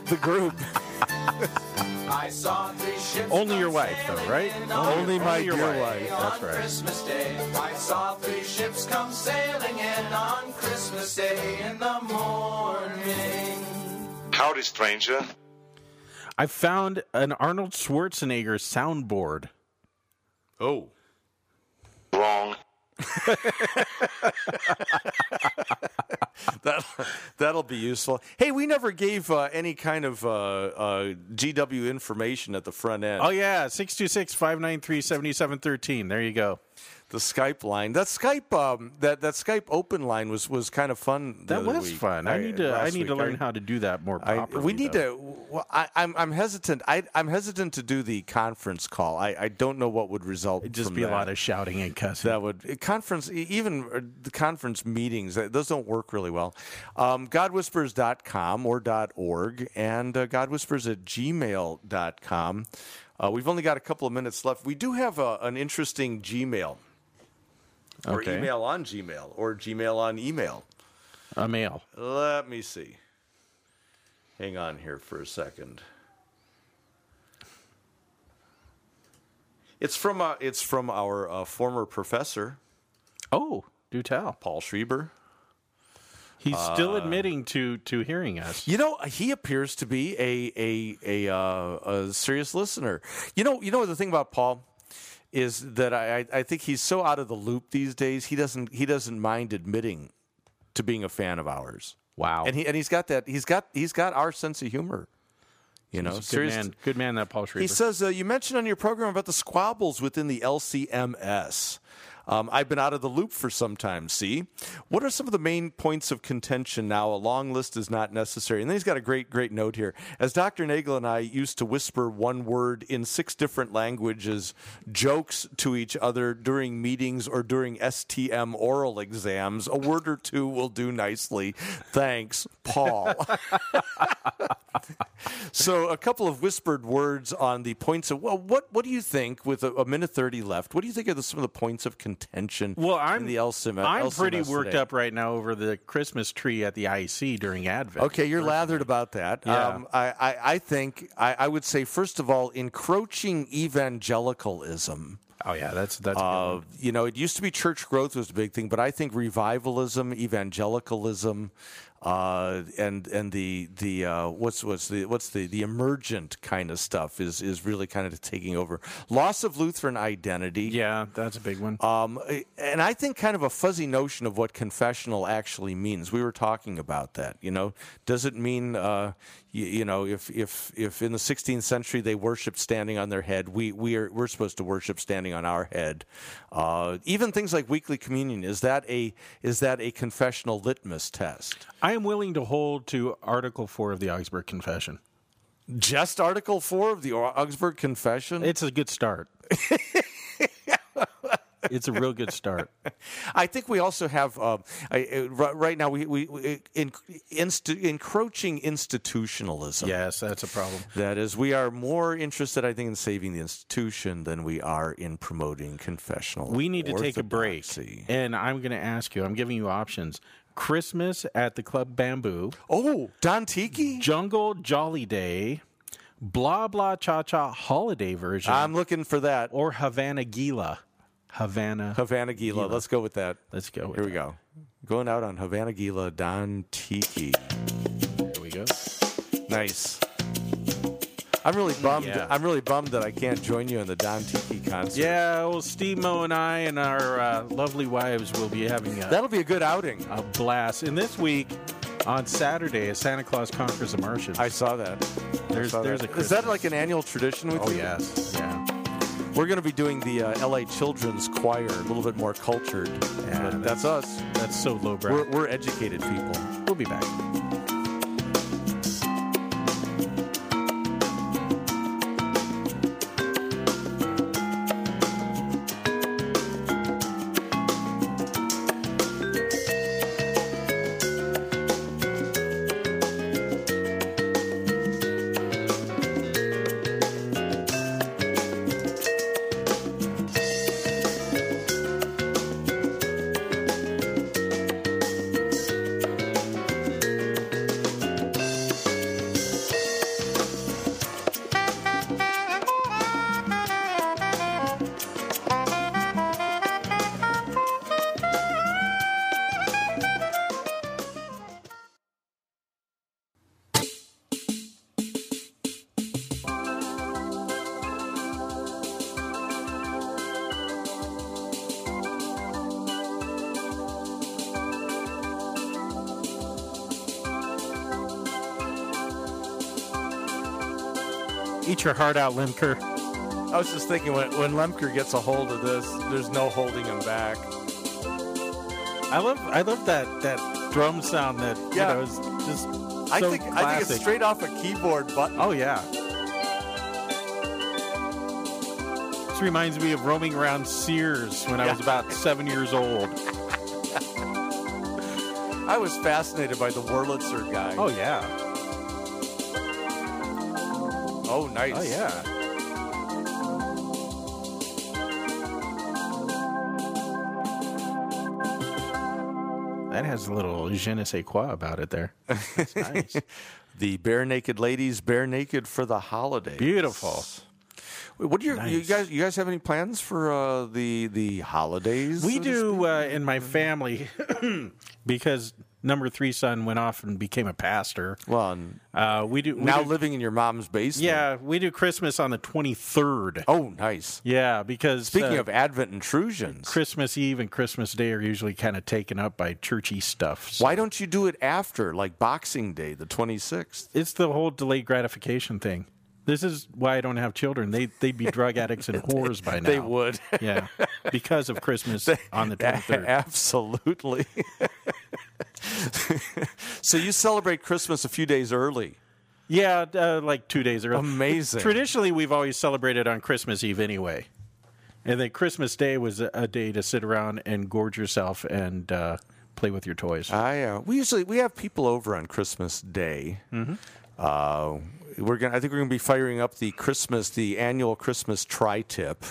[SPEAKER 2] the group.
[SPEAKER 6] I saw three ships.
[SPEAKER 7] Only
[SPEAKER 6] come
[SPEAKER 7] your wife, though,
[SPEAKER 6] sailing
[SPEAKER 7] right?
[SPEAKER 6] in
[SPEAKER 7] Only-
[SPEAKER 2] Only my
[SPEAKER 7] your
[SPEAKER 2] dear
[SPEAKER 7] wife.
[SPEAKER 2] wife.
[SPEAKER 7] That's
[SPEAKER 6] on
[SPEAKER 7] right.
[SPEAKER 6] Christmas Day. I saw three ships come sailing in on Christmas Day in the morning.
[SPEAKER 8] Howdy, stranger.
[SPEAKER 1] I found an Arnold Schwarzenegger soundboard.
[SPEAKER 2] Oh.
[SPEAKER 8] Wrong.
[SPEAKER 2] That that'll be useful. Hey, we never gave uh, any kind of uh, uh, GW information at the front end.
[SPEAKER 1] Oh, yeah, 626 593 7713. There you go.
[SPEAKER 2] The Skype line, that Skype um, that that Skype open line was was kind of fun. the
[SPEAKER 1] That
[SPEAKER 2] other
[SPEAKER 1] was
[SPEAKER 2] week.
[SPEAKER 1] fun. I need to I
[SPEAKER 2] last
[SPEAKER 1] need to
[SPEAKER 2] week.
[SPEAKER 1] learn how to do that more
[SPEAKER 2] I,
[SPEAKER 1] properly.
[SPEAKER 2] we need
[SPEAKER 1] though.
[SPEAKER 2] to. Well, I, I'm I'm hesitant. I, I'm hesitant to do the conference call. I, I don't know what would result.
[SPEAKER 1] It'd just
[SPEAKER 2] from
[SPEAKER 1] be a
[SPEAKER 2] that.
[SPEAKER 1] lot of shouting and cussing.
[SPEAKER 2] That would eh, conference e- even eh, the conference meetings eh, those don't work really well. Um, GodWhispers.com or .org and uh, GodWhispers at gmail.com. Uh, we've only got a couple of minutes left. We do have a, an interesting Gmail or
[SPEAKER 1] Okay.
[SPEAKER 2] email on Gmail or Gmail on email. Uh,
[SPEAKER 1] a male.
[SPEAKER 2] Let me see. Hang on here for a second. It's from uh, it's from our uh, former professor
[SPEAKER 1] Oh, do tell.
[SPEAKER 2] Paul Schreiber.
[SPEAKER 1] He's still admitting to to hearing us.
[SPEAKER 2] You know, he appears to be a a a, uh, a serious listener. You know, you know the thing about Paul is that I, I I think he's so out of the loop these days. He doesn't he doesn't mind admitting to being a fan of ours.
[SPEAKER 1] Wow.
[SPEAKER 2] And he and he's got that he's got he's got our sense of humor. You know,
[SPEAKER 1] Good
[SPEAKER 2] serious-
[SPEAKER 1] man. Good man that Paul Schreiber.
[SPEAKER 2] He says, uh, You mentioned on your program about the squabbles within the LCMS. Um, I've been out of the loop for some time, see? What are some of the main points of contention now? A long list is not necessary. And then he's got a great, great note here. As Dr. Nagel and I used to whisper one word in six different languages, jokes to each other during meetings or during STM oral exams, a word or two will do nicely. Thanks, Paul. So a couple of whispered words on the points of well, what what do you think with a, a minute thirty left? What do you think are the, some of the points of contention?
[SPEAKER 1] well, I'm
[SPEAKER 2] in the LCM.
[SPEAKER 1] I'm pretty
[SPEAKER 2] LCMS
[SPEAKER 1] worked
[SPEAKER 2] today?
[SPEAKER 1] up right now over the Christmas tree at the IC during Advent.
[SPEAKER 2] Okay, you're lathered about that.
[SPEAKER 1] Yeah.
[SPEAKER 2] Um, I, I, I think I, I would say first of all, encroaching evangelicalism.
[SPEAKER 1] Oh yeah, that's that's a good
[SPEAKER 2] Uh, you know, it used to be church growth was a big thing, but I think revivalism, evangelicalism, uh, and and the the uh, what's what's the what's the the emergent kind of stuff is is really kind of taking over. Loss of Lutheran identity.
[SPEAKER 1] Yeah, that's a big one.
[SPEAKER 2] Um, and I think kind of a fuzzy notion of what confessional actually means. We were talking about that. You know, does it mean uh, you, you know if if if in the 16th century they worshipped standing on their head, we we are we're supposed to worship standing on our head. Uh, even things like weekly communion is that a is that a confessional litmus test?
[SPEAKER 1] I am willing to hold to Article Four of the Augsburg Confession.
[SPEAKER 2] Just Article Four of the Augsburg Confession.
[SPEAKER 1] It's a good start. it's a real good start.
[SPEAKER 2] I think we also have uh, I, uh, ri- right now we, we, we in, inst- encroaching institutionalism.
[SPEAKER 1] Yes, that's a problem.
[SPEAKER 2] That is, we are more interested, I think, in saving the institution than we are in promoting confessional.
[SPEAKER 1] We need to take a break,
[SPEAKER 2] orthodoxy.
[SPEAKER 1] and I'm going to ask you. I'm giving you options: Christmas at the Club Bamboo,
[SPEAKER 2] Oh, Don Tiki.
[SPEAKER 1] Jungle Jolly Day, Blah Blah Cha Cha Holiday Version,
[SPEAKER 2] I'm looking for that.
[SPEAKER 1] or Havana Gila. Havana.
[SPEAKER 2] Havana Gila. Let's go with that.
[SPEAKER 1] Let's go. With
[SPEAKER 2] Here we go. Going out on Havana Gila, Don Tiki.
[SPEAKER 1] Here we go.
[SPEAKER 2] Nice. I'm really bummed.
[SPEAKER 1] Yeah.
[SPEAKER 2] I'm really bummed that I can't join you in the Don Tiki concert.
[SPEAKER 1] Yeah, well, Steve Mo and I and our uh, lovely wives will be having a
[SPEAKER 2] That'll be a good outing.
[SPEAKER 1] a blast. And this week, on Saturday, is Santa Claus Conquers the Martians.
[SPEAKER 2] I saw that.
[SPEAKER 1] there's
[SPEAKER 2] Saw
[SPEAKER 1] there's
[SPEAKER 2] that.
[SPEAKER 1] a
[SPEAKER 2] Is that like an annual tradition with
[SPEAKER 1] oh
[SPEAKER 2] you?
[SPEAKER 1] yes yeah.
[SPEAKER 2] We're going to be doing the uh, LA Children's Choir, a little bit more cultured.
[SPEAKER 1] Yeah,
[SPEAKER 2] But that's us.
[SPEAKER 1] That's so lowbrow.
[SPEAKER 2] We're, we're educated people.
[SPEAKER 1] we'll be back. Eat your heart out, Limker.
[SPEAKER 2] I was just thinking when, when Lemker gets a hold of this, there's no holding him back.
[SPEAKER 1] I love I love that that drum sound that you
[SPEAKER 2] Yeah.
[SPEAKER 1] know is just
[SPEAKER 2] I
[SPEAKER 1] so
[SPEAKER 2] think I think
[SPEAKER 1] classic.
[SPEAKER 2] it's straight off a keyboard button.
[SPEAKER 1] Oh yeah. This reminds me of roaming around Sears when I was about seven years old.
[SPEAKER 2] I was fascinated by the Wurlitzer guy.
[SPEAKER 1] Oh yeah.
[SPEAKER 2] oh nice.
[SPEAKER 1] Oh yeah. That has a little je ne sais quoi about it there. It's nice.
[SPEAKER 2] The bare naked ladies, bare naked for the holidays.
[SPEAKER 1] Beautiful.
[SPEAKER 2] Wait, What do you, you
[SPEAKER 1] Nice.
[SPEAKER 2] guys? You guys have any plans for uh, the the holidays?
[SPEAKER 1] We
[SPEAKER 2] so to
[SPEAKER 1] do uh, in my family because number three son went off and became a pastor.
[SPEAKER 2] speak? Well, and
[SPEAKER 1] Uh, we do we
[SPEAKER 2] now
[SPEAKER 1] do-
[SPEAKER 2] living in your mom's basement.
[SPEAKER 1] yeah, we do Christmas on the twenty third.
[SPEAKER 2] Oh, nice.
[SPEAKER 1] Yeah, because
[SPEAKER 2] Speaking
[SPEAKER 1] uh,
[SPEAKER 2] of Advent intrusions,
[SPEAKER 1] Christmas Eve and Christmas Day are usually kind of taken up by churchy stuff. So
[SPEAKER 2] why don't you do it after, like Boxing Day, the twenty sixth?
[SPEAKER 1] It's the whole delayed gratification thing. This is why I don't have children. They they'd be drug addicts and whores by now.
[SPEAKER 2] They would.
[SPEAKER 1] Yeah, because of Christmas on the twenty third.
[SPEAKER 2] Absolutely. so you celebrate Christmas a few days early.
[SPEAKER 1] Yeah, uh, like two days early.
[SPEAKER 2] Amazing.
[SPEAKER 1] Traditionally, we've always celebrated on Christmas Eve anyway, and then Christmas Day was a, a day to sit around and gorge yourself and uh, play with your toys.
[SPEAKER 2] I uh, we usually we have people over on Christmas Day. Uh, we're gonna. I think we're gonna be firing up the Christmas, the annual Christmas tri-tip.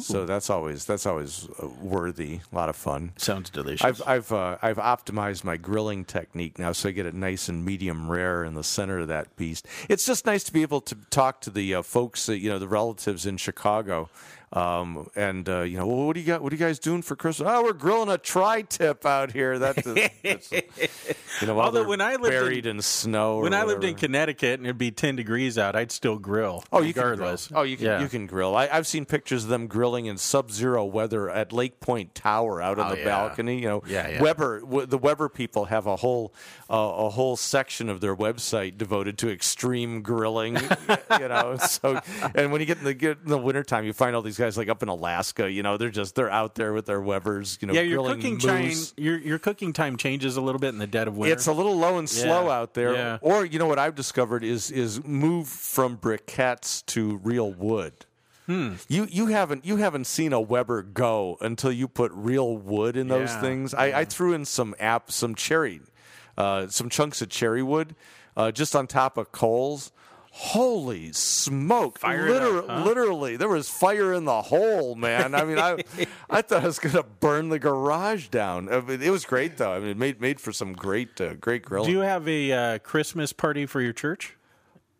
[SPEAKER 2] So that's always that's always uh, worthy. A lot of fun.
[SPEAKER 1] Sounds delicious.
[SPEAKER 2] I've I've uh, I've optimized my grilling technique now, so I get it nice and medium rare in the center of that beast. It's just nice to be able to talk to the uh, folks, that, you know, the relatives in Chicago, um, and uh, you know, well, what do you got? What are you guys doing for Christmas? Oh, we're grilling a tri-tip out here. That's, that's you know, while
[SPEAKER 1] Although
[SPEAKER 2] they're
[SPEAKER 1] when I lived in-
[SPEAKER 2] buried in, snow, or
[SPEAKER 1] when I lived in
[SPEAKER 2] whatever.
[SPEAKER 1] Connecticut and it'd be 10 degrees out, I'd still grill.
[SPEAKER 2] Oh, you
[SPEAKER 1] regardless.
[SPEAKER 2] can grill. Oh, you can
[SPEAKER 1] Yeah.
[SPEAKER 2] you can grill. I, I've seen pictures of them grilling in sub-zero weather at Lake Point Tower out on
[SPEAKER 1] Oh,
[SPEAKER 2] the
[SPEAKER 1] yeah.
[SPEAKER 2] balcony. You know,
[SPEAKER 1] Yeah, yeah.
[SPEAKER 2] Weber. W- the Weber people have a whole uh, a whole section of their website devoted to extreme grilling. you know, so and when you get in the get in the wintertime, you find all these guys like up in Alaska. You know, they're just they're out there with their Webers. You know,
[SPEAKER 1] Yeah, your
[SPEAKER 2] grilling
[SPEAKER 1] cooking time
[SPEAKER 2] moose.
[SPEAKER 1] your your cooking time changes a little bit in the dead of winter.
[SPEAKER 2] It's a little low and slow
[SPEAKER 1] Yeah,
[SPEAKER 2] out there.
[SPEAKER 1] yeah.
[SPEAKER 2] Or you know what I've discovered is is move from briquettes to real wood.
[SPEAKER 1] Hmm.
[SPEAKER 2] You you haven't you haven't seen a Weber go until you put real wood in those
[SPEAKER 1] Yeah,
[SPEAKER 2] things. I, I threw in some app some cherry, uh, some chunks of cherry wood, uh, just on top of coals. Holy smoke!
[SPEAKER 1] Fire it up,
[SPEAKER 2] Liter-
[SPEAKER 1] huh?
[SPEAKER 2] Literally, there was fire in the hole, man. I mean, I I thought I was gonna burn the garage down. I mean, it was great though. I mean, it made made for some great uh, great grilling.
[SPEAKER 1] Do you have a uh, Christmas party for your church?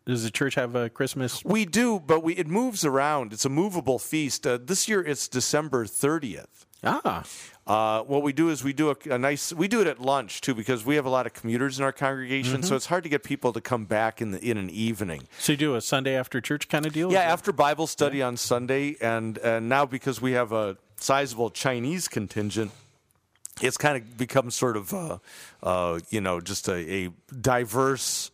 [SPEAKER 1] Does the church have a Christmas?
[SPEAKER 2] We do, but we it moves around. It's a movable feast. Uh, this year it's December 30th.
[SPEAKER 1] Ah,
[SPEAKER 2] Uh, what we do is we do a, a nice we do it at lunch too because we have a lot of commuters in our congregation,
[SPEAKER 1] Mm-hmm.
[SPEAKER 2] so it's hard to get people to come back in the in an evening.
[SPEAKER 1] so you do a Sunday after church kind of deal?
[SPEAKER 2] Yeah, after Bible study on Sunday, and and now because we have a sizable Chinese contingent, it's kind of become sort of uh, uh, you know just a, a diverse.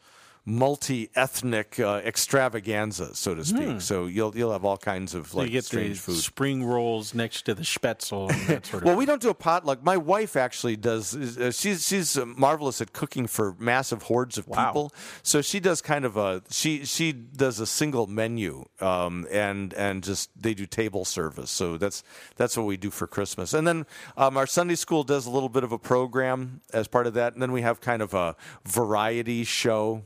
[SPEAKER 2] Multi-ethnic uh, extravaganza, so to speak. So you'll you'll have all kinds of
[SPEAKER 1] Hmm. you
[SPEAKER 2] like
[SPEAKER 1] get the
[SPEAKER 2] strange food.
[SPEAKER 1] spring rolls next to the spätzle. And that sort of
[SPEAKER 2] Well, we don't do a potluck. My wife actually does. is- Uh, she's she's uh, marvelous at cooking for massive hordes of people. So she does kind of a she she does a single menu, um, and and just they do table service. So that's that's what we do for Christmas. And then um, our Sunday school does a little bit of a program as part of that, and then we have kind of a variety show.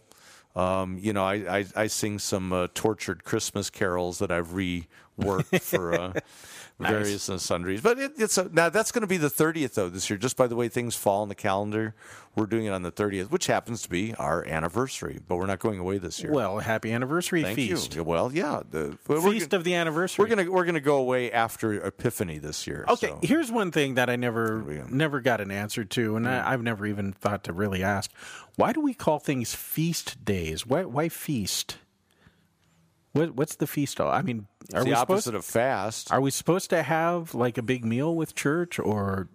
[SPEAKER 2] Um, you know, I, I, I sing some uh, tortured Christmas carols that I've reworked for uh, various and sundries. But it, it's a, now that's going to be the 30th though this year. Just by the way things fall in the calendar, we're doing it on the 30th, which happens to be our anniversary. But we're not going away this year.
[SPEAKER 1] well, happy anniversary
[SPEAKER 2] thank
[SPEAKER 1] feast.
[SPEAKER 2] you. Well, yeah, the we're
[SPEAKER 1] Feast
[SPEAKER 2] gonna,
[SPEAKER 1] of the anniversary.
[SPEAKER 2] we're gonna we're gonna go away after Epiphany this year.
[SPEAKER 1] Okay,
[SPEAKER 2] so.
[SPEAKER 1] here's one thing that I never
[SPEAKER 2] go. Mm.
[SPEAKER 1] never got an answer to, and I, I've never even thought to really ask. Why do we call things feast days? Why why feast? What, what's the feast? All I mean, are
[SPEAKER 2] It's
[SPEAKER 1] we
[SPEAKER 2] the
[SPEAKER 1] supposed
[SPEAKER 2] opposite of fast.
[SPEAKER 1] are we supposed to have like a big meal with church, or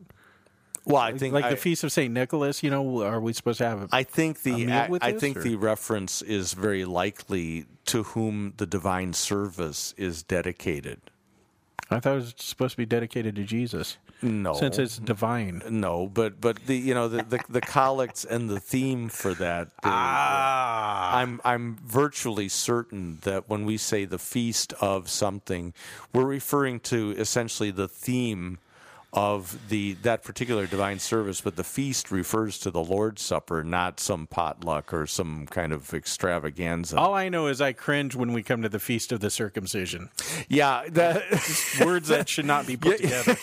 [SPEAKER 2] Well, I think
[SPEAKER 1] like
[SPEAKER 2] I,
[SPEAKER 1] the feast of Saint Nicholas. You know, are we supposed to have? it?
[SPEAKER 2] I think the
[SPEAKER 1] meal
[SPEAKER 2] I,
[SPEAKER 1] with
[SPEAKER 2] I
[SPEAKER 1] this,
[SPEAKER 2] think
[SPEAKER 1] or-
[SPEAKER 2] the reference is very likely to whom the divine service is dedicated.
[SPEAKER 1] I thought it was supposed to be dedicated to Jesus.
[SPEAKER 2] No.
[SPEAKER 1] since it's divine.
[SPEAKER 2] No, but but the you know the the, the collects and the theme for that. the-
[SPEAKER 1] Ah.
[SPEAKER 2] I'm I'm virtually certain that when we say the feast of something, we're referring to essentially the theme of the that particular divine service. But the feast refers to the Lord's Supper, not some potluck or some kind of extravaganza.
[SPEAKER 1] All I know is I cringe when we come to the feast of the circumcision.
[SPEAKER 2] Yeah, that.
[SPEAKER 1] Words that should not be put together.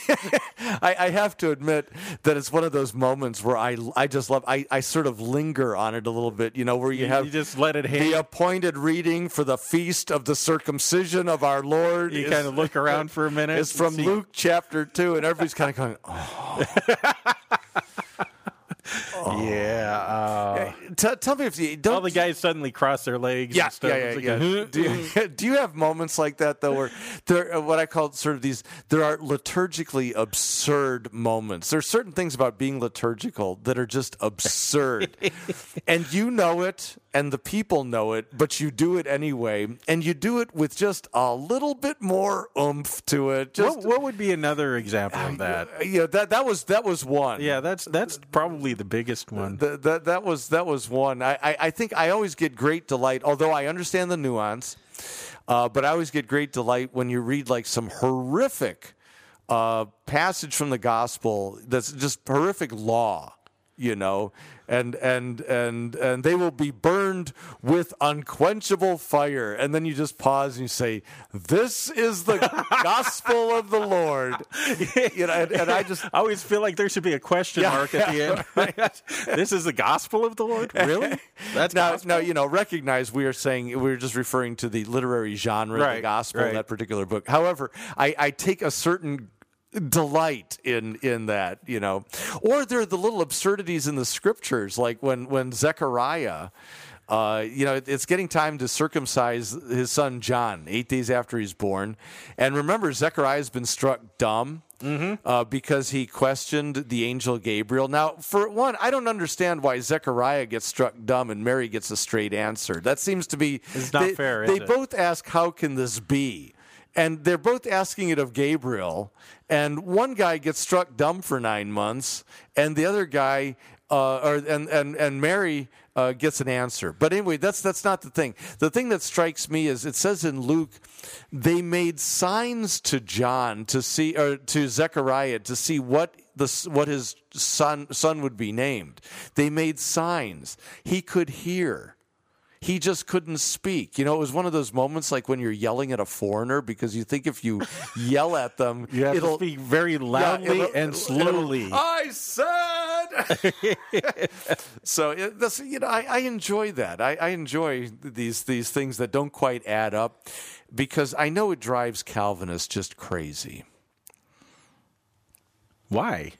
[SPEAKER 2] I, I have to admit that it's one of those moments where I, I just love I, I sort of linger on it a little bit, you know, where you
[SPEAKER 1] You-
[SPEAKER 2] have
[SPEAKER 1] you just let it hang.
[SPEAKER 2] the appointed reading for the feast of the circumcision of our Lord.
[SPEAKER 1] You
[SPEAKER 2] is-
[SPEAKER 1] kind of look around for a minute.
[SPEAKER 2] is from
[SPEAKER 1] see-
[SPEAKER 2] Luke chapter two, and everybody's kind of going, oh.
[SPEAKER 1] Yeah. Uh,
[SPEAKER 2] T- tell me if you don't.
[SPEAKER 1] all the guys suddenly cross their legs.
[SPEAKER 2] Yeah,
[SPEAKER 1] and stuff.
[SPEAKER 2] yeah,
[SPEAKER 1] It's
[SPEAKER 2] yeah,
[SPEAKER 1] like,
[SPEAKER 2] yeah.
[SPEAKER 1] "Huh?"
[SPEAKER 2] Do you, do you have moments like that though, where there, uh, what I call sort of these, there are liturgically absurd moments. There are certain things about being liturgical that are just absurd, and you know it, and the people know it, but you do it anyway, and you do it with just a little bit more oomph to it. Just
[SPEAKER 1] what, what would be another example of that?
[SPEAKER 2] you know, that that was that was one.
[SPEAKER 1] Yeah, that's that's probably the biggest one.
[SPEAKER 2] Th- that that was that was one. I, I, I think I always get great delight, although I understand the nuance. Uh, but I always get great delight when you read like some horrific uh, passage from the gospel that's just horrific law, you know, and and and and they will be burned with unquenchable fire, and then you just pause and you say, "This is the gospel of the Lord," you know, and, and I just
[SPEAKER 1] I always feel like there should be a question
[SPEAKER 2] Yeah.
[SPEAKER 1] mark at the end. this is the gospel of the Lord, really? That's
[SPEAKER 2] now,
[SPEAKER 1] gospel?
[SPEAKER 2] now you know recognize we are saying we are just referring to the literary genre of the
[SPEAKER 1] Right,
[SPEAKER 2] gospel in
[SPEAKER 1] right.
[SPEAKER 2] that particular book however I, I take a certain delight in in that you know or there are the little absurdities in the scriptures like when when zechariah uh, you know, it- it's getting time to circumcise his son John eight days after he's born, and remember Zechariah has been struck dumb
[SPEAKER 1] Mm-hmm.
[SPEAKER 2] uh, because he questioned the angel Gabriel. Now, for one, I don't understand why Zechariah gets struck dumb and Mary gets a straight answer. That seems to be
[SPEAKER 1] It's not
[SPEAKER 2] they,
[SPEAKER 1] fair, is
[SPEAKER 2] They
[SPEAKER 1] it?
[SPEAKER 2] both ask, "How can this be?" And they're both asking it of Gabriel. And one guy gets struck dumb for nine months, and the other guy, uh, or and and and Mary. Uh, gets an answer, but anyway, that's that's not the thing. The thing that strikes me is it says in Luke, they made signs to John to see or to Zechariah to see what the what his son son would be named. They made signs. He could hear he just couldn't speak. You know, it was one of those moments like when you're yelling at a foreigner because you think if you yell at them,
[SPEAKER 1] you have
[SPEAKER 2] it'll
[SPEAKER 1] to speak very loudly
[SPEAKER 2] it'll- Oh.
[SPEAKER 1] and slowly.
[SPEAKER 2] I said. so it, that's you know I, I enjoy that. I, I enjoy these these things that don't quite add up because I know it drives Calvinists just crazy.
[SPEAKER 1] Why?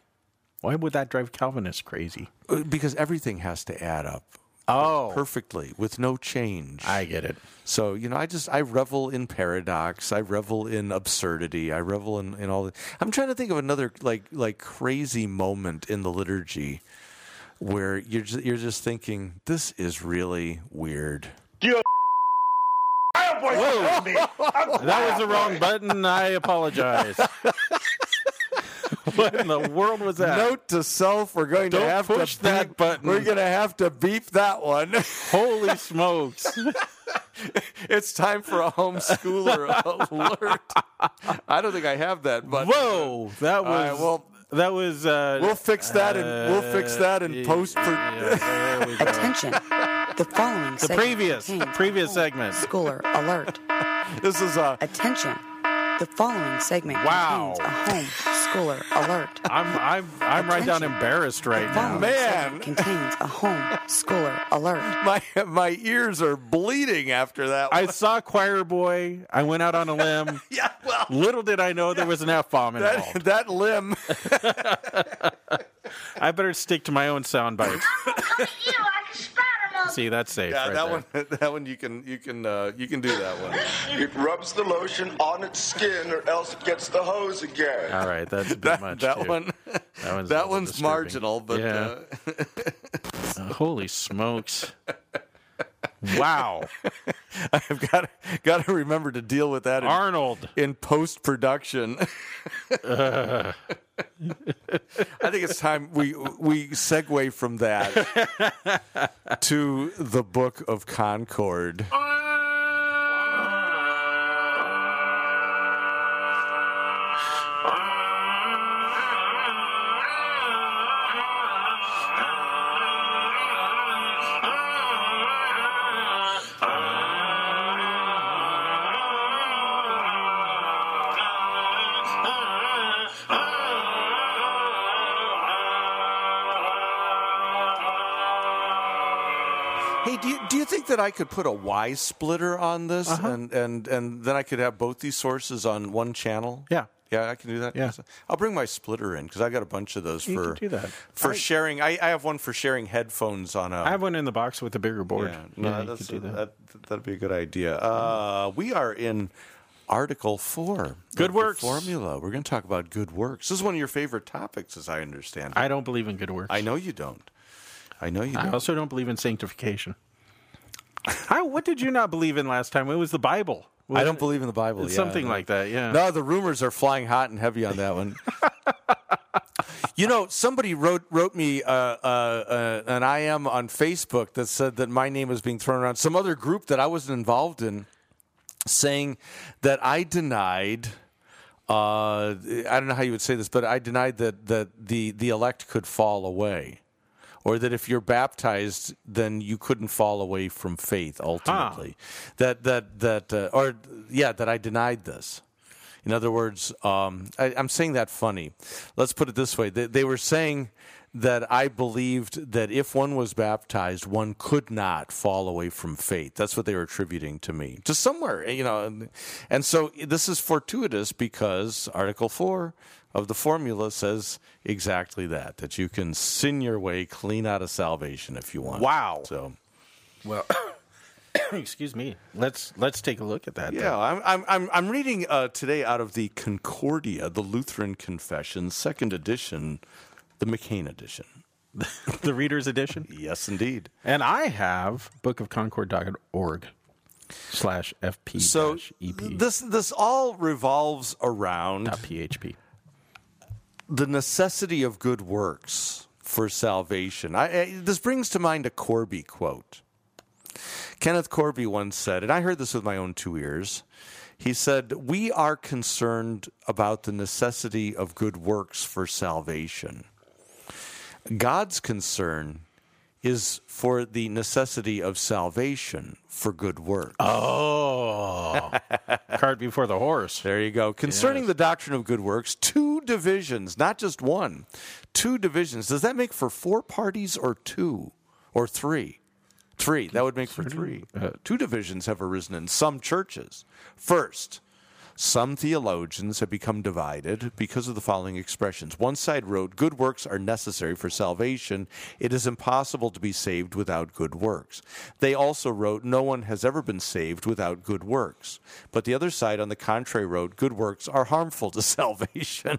[SPEAKER 1] Why would that drive Calvinists crazy?
[SPEAKER 2] Uh, Because everything has to add up
[SPEAKER 1] Oh,
[SPEAKER 2] perfectly with no change.
[SPEAKER 1] I get it.
[SPEAKER 2] So you know, I just I revel in paradox. I revel in absurdity. I revel in, in all. The, I'm trying to think of another like like crazy moment in the liturgy where you're just, you're just thinking this is really weird.
[SPEAKER 1] That was the wrong button. I apologize. what in the world was that?
[SPEAKER 2] Note to self: We're going to
[SPEAKER 1] Don't
[SPEAKER 2] have
[SPEAKER 1] push
[SPEAKER 2] to
[SPEAKER 1] that
[SPEAKER 2] beep-
[SPEAKER 1] button.
[SPEAKER 2] We're going to have to beep that one.
[SPEAKER 1] Holy smokes!
[SPEAKER 2] it's time for a homeschooler alert. I don't think I have that, but
[SPEAKER 1] Whoa, that was
[SPEAKER 2] right, well-
[SPEAKER 1] that was. Uh,
[SPEAKER 2] We'll fix that in we'll fix that in
[SPEAKER 1] yeah,
[SPEAKER 2] post.
[SPEAKER 1] yeah, there we go.
[SPEAKER 9] Attention. The following
[SPEAKER 1] The previous, the previous segment.
[SPEAKER 9] Schooler alert.
[SPEAKER 2] This is a
[SPEAKER 9] Attention. The following segment
[SPEAKER 1] Wow.
[SPEAKER 9] contains a homeschooler alert.
[SPEAKER 1] I'm I'm I'm right down
[SPEAKER 9] Attention.
[SPEAKER 1] embarrassed right now.
[SPEAKER 9] Following segment
[SPEAKER 2] Man.
[SPEAKER 9] contains a homeschooler alert.
[SPEAKER 2] my my ears are bleeding after that.
[SPEAKER 1] I saw Choir Boy. I went out on a limb.
[SPEAKER 2] yeah, well,
[SPEAKER 1] Little did I know there was an F bomb involved.
[SPEAKER 2] that, that limb.
[SPEAKER 1] I better stick to my own sound bites.
[SPEAKER 7] you like a spider
[SPEAKER 1] See, that's safe.
[SPEAKER 2] Yeah,
[SPEAKER 1] right
[SPEAKER 2] that
[SPEAKER 1] there.
[SPEAKER 2] one. That one you can you can uh, you can do that one.
[SPEAKER 7] It rubs the lotion on its skin or else it gets the hose again.
[SPEAKER 1] All right, that's a bit
[SPEAKER 2] that
[SPEAKER 1] much.
[SPEAKER 2] that
[SPEAKER 1] too.
[SPEAKER 2] one.
[SPEAKER 1] That one's, a
[SPEAKER 2] That
[SPEAKER 1] little
[SPEAKER 2] one's
[SPEAKER 1] disturbing.
[SPEAKER 2] marginal, but
[SPEAKER 1] yeah.
[SPEAKER 2] uh,
[SPEAKER 1] Uh, holy smokes! Wow,
[SPEAKER 2] I've got got to remember to deal with that in,
[SPEAKER 1] Arnold.
[SPEAKER 2] in post production. I think it's time we we segue from that to the Book of Concord. Hey, do you, do you think that I could put a Y splitter on this,
[SPEAKER 1] Uh-huh.
[SPEAKER 2] and, and and then I could have both these sources on one channel?
[SPEAKER 1] Yeah.
[SPEAKER 2] yeah, I can do that.
[SPEAKER 1] Yeah.
[SPEAKER 2] I'll bring my splitter in because I got a bunch of those
[SPEAKER 1] You
[SPEAKER 2] for
[SPEAKER 1] can do that.
[SPEAKER 2] for sharing. I, I have one for sharing headphones on a.
[SPEAKER 1] I have one in the box with a bigger board.
[SPEAKER 2] yeah, no,
[SPEAKER 1] you
[SPEAKER 2] that's
[SPEAKER 1] could do that.
[SPEAKER 2] that. That'd be a good idea. Uh, we are in Article Four.
[SPEAKER 1] Good
[SPEAKER 2] of the
[SPEAKER 1] works.
[SPEAKER 2] formula. We're going to talk about good works. This is one of your favorite topics, as I understand. it.
[SPEAKER 1] I don't believe in good works.
[SPEAKER 2] I know you don't. I know you
[SPEAKER 1] I
[SPEAKER 2] don't.
[SPEAKER 1] also don't believe in sanctification. I, what did you not believe in last time? It was the Bible.
[SPEAKER 2] I don't believe in the Bible.
[SPEAKER 1] It's
[SPEAKER 2] yeah,
[SPEAKER 1] something
[SPEAKER 2] no.
[SPEAKER 1] like that. Yeah.
[SPEAKER 2] No, the rumors are flying hot and heavy on that one. you know, somebody wrote wrote me uh, uh, uh, an IM on Facebook that said that my name was being thrown around. Some other group that I wasn't involved in, saying that I denied. Uh, I don't know how you would say this, but I denied that that the the elect could fall away. Or that if you're baptized, then you couldn't fall away from faith. Ultimately, that that that uh, or yeah, that I denied this. In other words, um, I, I'm saying that funny. Let's put it this way: they, they were saying that I believed that if one was baptized, one could not fall away from faith. That's what they were attributing to me, to somewhere, eh, you know. And, and so this is fortuitous because Article Four of the formula says exactly that: that you can sin your way clean out of salvation if you want.
[SPEAKER 1] Wow.
[SPEAKER 2] So.
[SPEAKER 1] Well, excuse me. Let's let's take a look at that.
[SPEAKER 2] Yeah, I'm I'm I'm, I'm reading uh, today out of the Concordia, the Lutheran Confession, second edition, the McCain edition.
[SPEAKER 1] then. the Reader's Edition.
[SPEAKER 2] Yes, indeed.
[SPEAKER 1] And I have bookofconcord.org slash fp
[SPEAKER 2] So
[SPEAKER 1] E dash ep
[SPEAKER 2] this this all revolves around
[SPEAKER 1] dot php.
[SPEAKER 2] the necessity of good works for salvation. I, I, this brings to mind a Corby quote. Kenneth Corby once said, and I heard this with my own two ears. He said, We are concerned about the necessity of good works for salvation. God's concern is for the necessity of salvation for good works.
[SPEAKER 1] Oh, cart before the horse.
[SPEAKER 2] There you go. Concerning the doctrine of good works, two divisions, not just one, two divisions. Does that make for four parties or two or three? Three. That would make for three. Two divisions have arisen in some churches. First, some theologians have become divided because of the following expressions. One side wrote, Good works are necessary for salvation. It is impossible to be saved without good works. They also wrote, No one has ever been saved without good works. But the other side, on the contrary, wrote, Good works are harmful to salvation.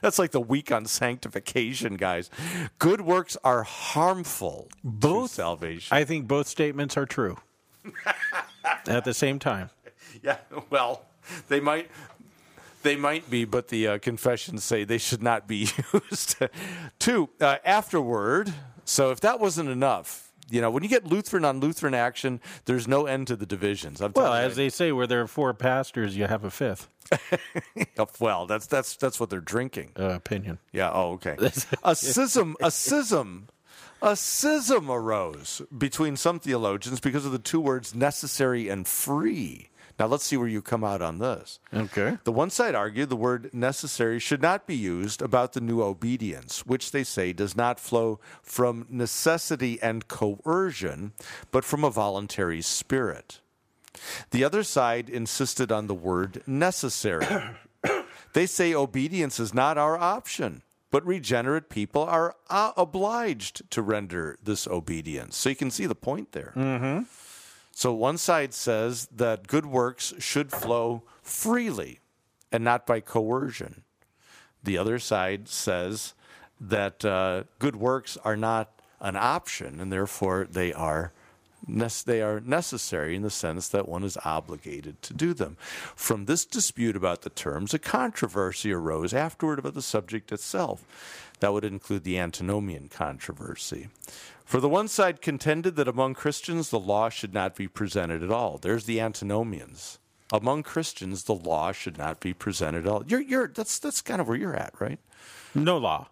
[SPEAKER 2] That's like the week on sanctification, guys. Good works are harmful
[SPEAKER 1] Both-
[SPEAKER 2] to salvation.
[SPEAKER 1] I think both statements are true at the same time.
[SPEAKER 2] Yeah, well, they might they might be, but the uh, confessions say they should not be used. Two, uh, afterward. So if that wasn't enough, you know, when you get Lutheran on Lutheran action, there's no end to the divisions. I'm
[SPEAKER 1] Well,
[SPEAKER 2] telling
[SPEAKER 1] as
[SPEAKER 2] you,
[SPEAKER 1] they say, where there are four pastors, you have a fifth
[SPEAKER 2] Oh, well, that's that's that's what they're drinking.
[SPEAKER 1] uh, opinion.
[SPEAKER 2] Yeah. Oh, okay. a schism. A schism. A schism arose between some theologians because of the two words necessary and free. Now let's see where you come out on this.
[SPEAKER 1] Okay.
[SPEAKER 2] The one side argued the word necessary should not be used about the new obedience, which they say does not flow from necessity and coercion, but from a voluntary spirit. The other side insisted on the word necessary. They say obedience is not our option. But regenerate people are uh, obliged to render this obedience. So you can see the point there.
[SPEAKER 1] Mm-hmm.
[SPEAKER 2] So one side says that good works should flow freely and not by coercion. The other side says that uh, good works are not an option and therefore they are nes- they are necessary in the sense that one is obligated to do them. From this dispute about the terms, a controversy arose afterward about the subject itself. That would include the antinomian controversy. For the one side contended that among Christians the law should not be presented at all. There's the antinomians. Among Christians, the law should not be presented at all. You're, you're, that's, that's kind of where you're at, right?
[SPEAKER 1] No law.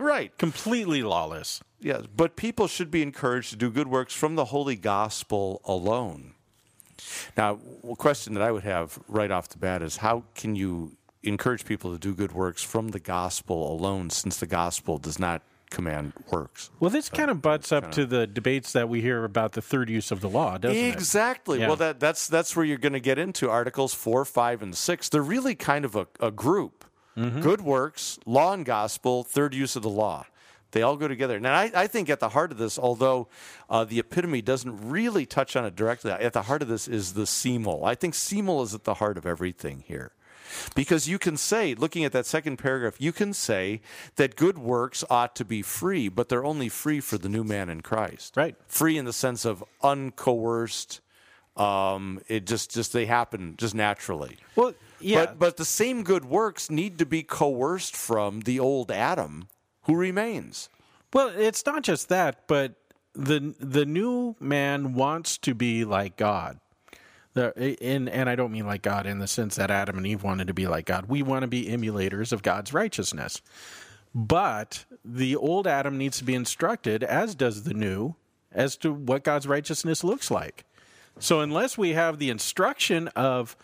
[SPEAKER 2] right.
[SPEAKER 1] Completely lawless.
[SPEAKER 2] Yes, but people should be encouraged to do good works from the holy gospel alone. Now, a question that I would have right off the bat is how can you encourage people to do good works from the gospel alone since the gospel does not command works?
[SPEAKER 1] Well, this kind of butts up to the debates that we hear about the third use of the law, doesn't it?
[SPEAKER 2] Exactly.
[SPEAKER 1] Yeah.
[SPEAKER 2] Well, that, that's that's where you're going to get into articles four, five, and six. They're really kind of a, a group:
[SPEAKER 1] Mm-hmm.
[SPEAKER 2] good works, law and gospel, third use of the law. They all go together. Now, I, I think at the heart of this, although uh, the epitome doesn't really touch on it directly, at the heart of this is the semel. I think semel is at the heart of everything here. Because you can say, looking at that second paragraph, you can say that good works ought to be free, but they're only free for the new man in Christ.
[SPEAKER 1] Right.
[SPEAKER 2] Free in the sense of uncoerced. Um, it just, just they happen just naturally.
[SPEAKER 1] Well, yeah.
[SPEAKER 2] But, but the same good works need to be coerced from the old Adam who remains.
[SPEAKER 1] Well, it's not just that, but the the new man wants to be like God. The, in, and I don't mean like God in the sense that Adam and Eve wanted to be like God. We want to be emulators of God's righteousness. But the old Adam needs to be instructed, as does the new, as to what God's righteousness looks like. So unless we have the instruction of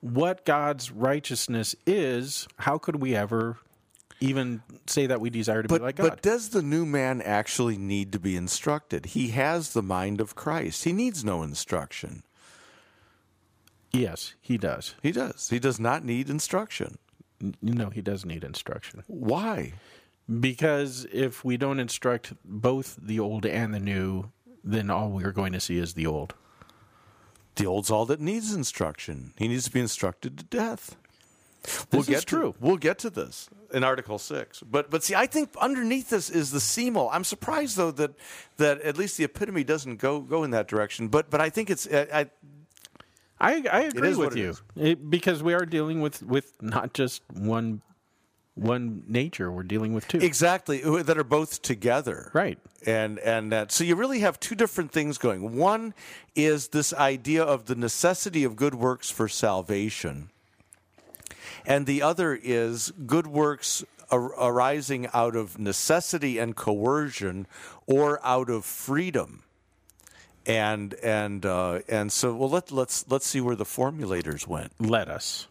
[SPEAKER 1] what God's righteousness is, how could we ever even say that we desire to
[SPEAKER 2] But,
[SPEAKER 1] be like God?
[SPEAKER 2] but does the new man actually need to be instructed? He has the mind of Christ. He needs no instruction.
[SPEAKER 1] Yes, he does.
[SPEAKER 2] He does. He does not need instruction.
[SPEAKER 1] N- No, he does need instruction.
[SPEAKER 2] Why?
[SPEAKER 1] Because if we don't instruct both the old and the new, then all we're going to see is the old.
[SPEAKER 2] The old's all that needs instruction. He needs to be instructed to death.
[SPEAKER 1] This is
[SPEAKER 2] get
[SPEAKER 1] true.
[SPEAKER 2] To, we'll get to this in Article Six. But but see, I think underneath this is the semel. I'm surprised though that that at least the epitome doesn't go go in that direction. But but I think it's I, I,
[SPEAKER 1] I, I agree
[SPEAKER 2] is
[SPEAKER 1] with
[SPEAKER 2] what it
[SPEAKER 1] you
[SPEAKER 2] is.
[SPEAKER 1] It- because we are dealing with, with not just one one nature. We're dealing with two.
[SPEAKER 2] exactly who- that are both together.
[SPEAKER 1] Right.
[SPEAKER 2] and and that so you really have two different things going one is this idea of the necessity of good works for salvation and the other is good works ar- arising out of necessity and coercion or out of freedom and and uh, and so well let let's let's see where the formulators went
[SPEAKER 1] Let us.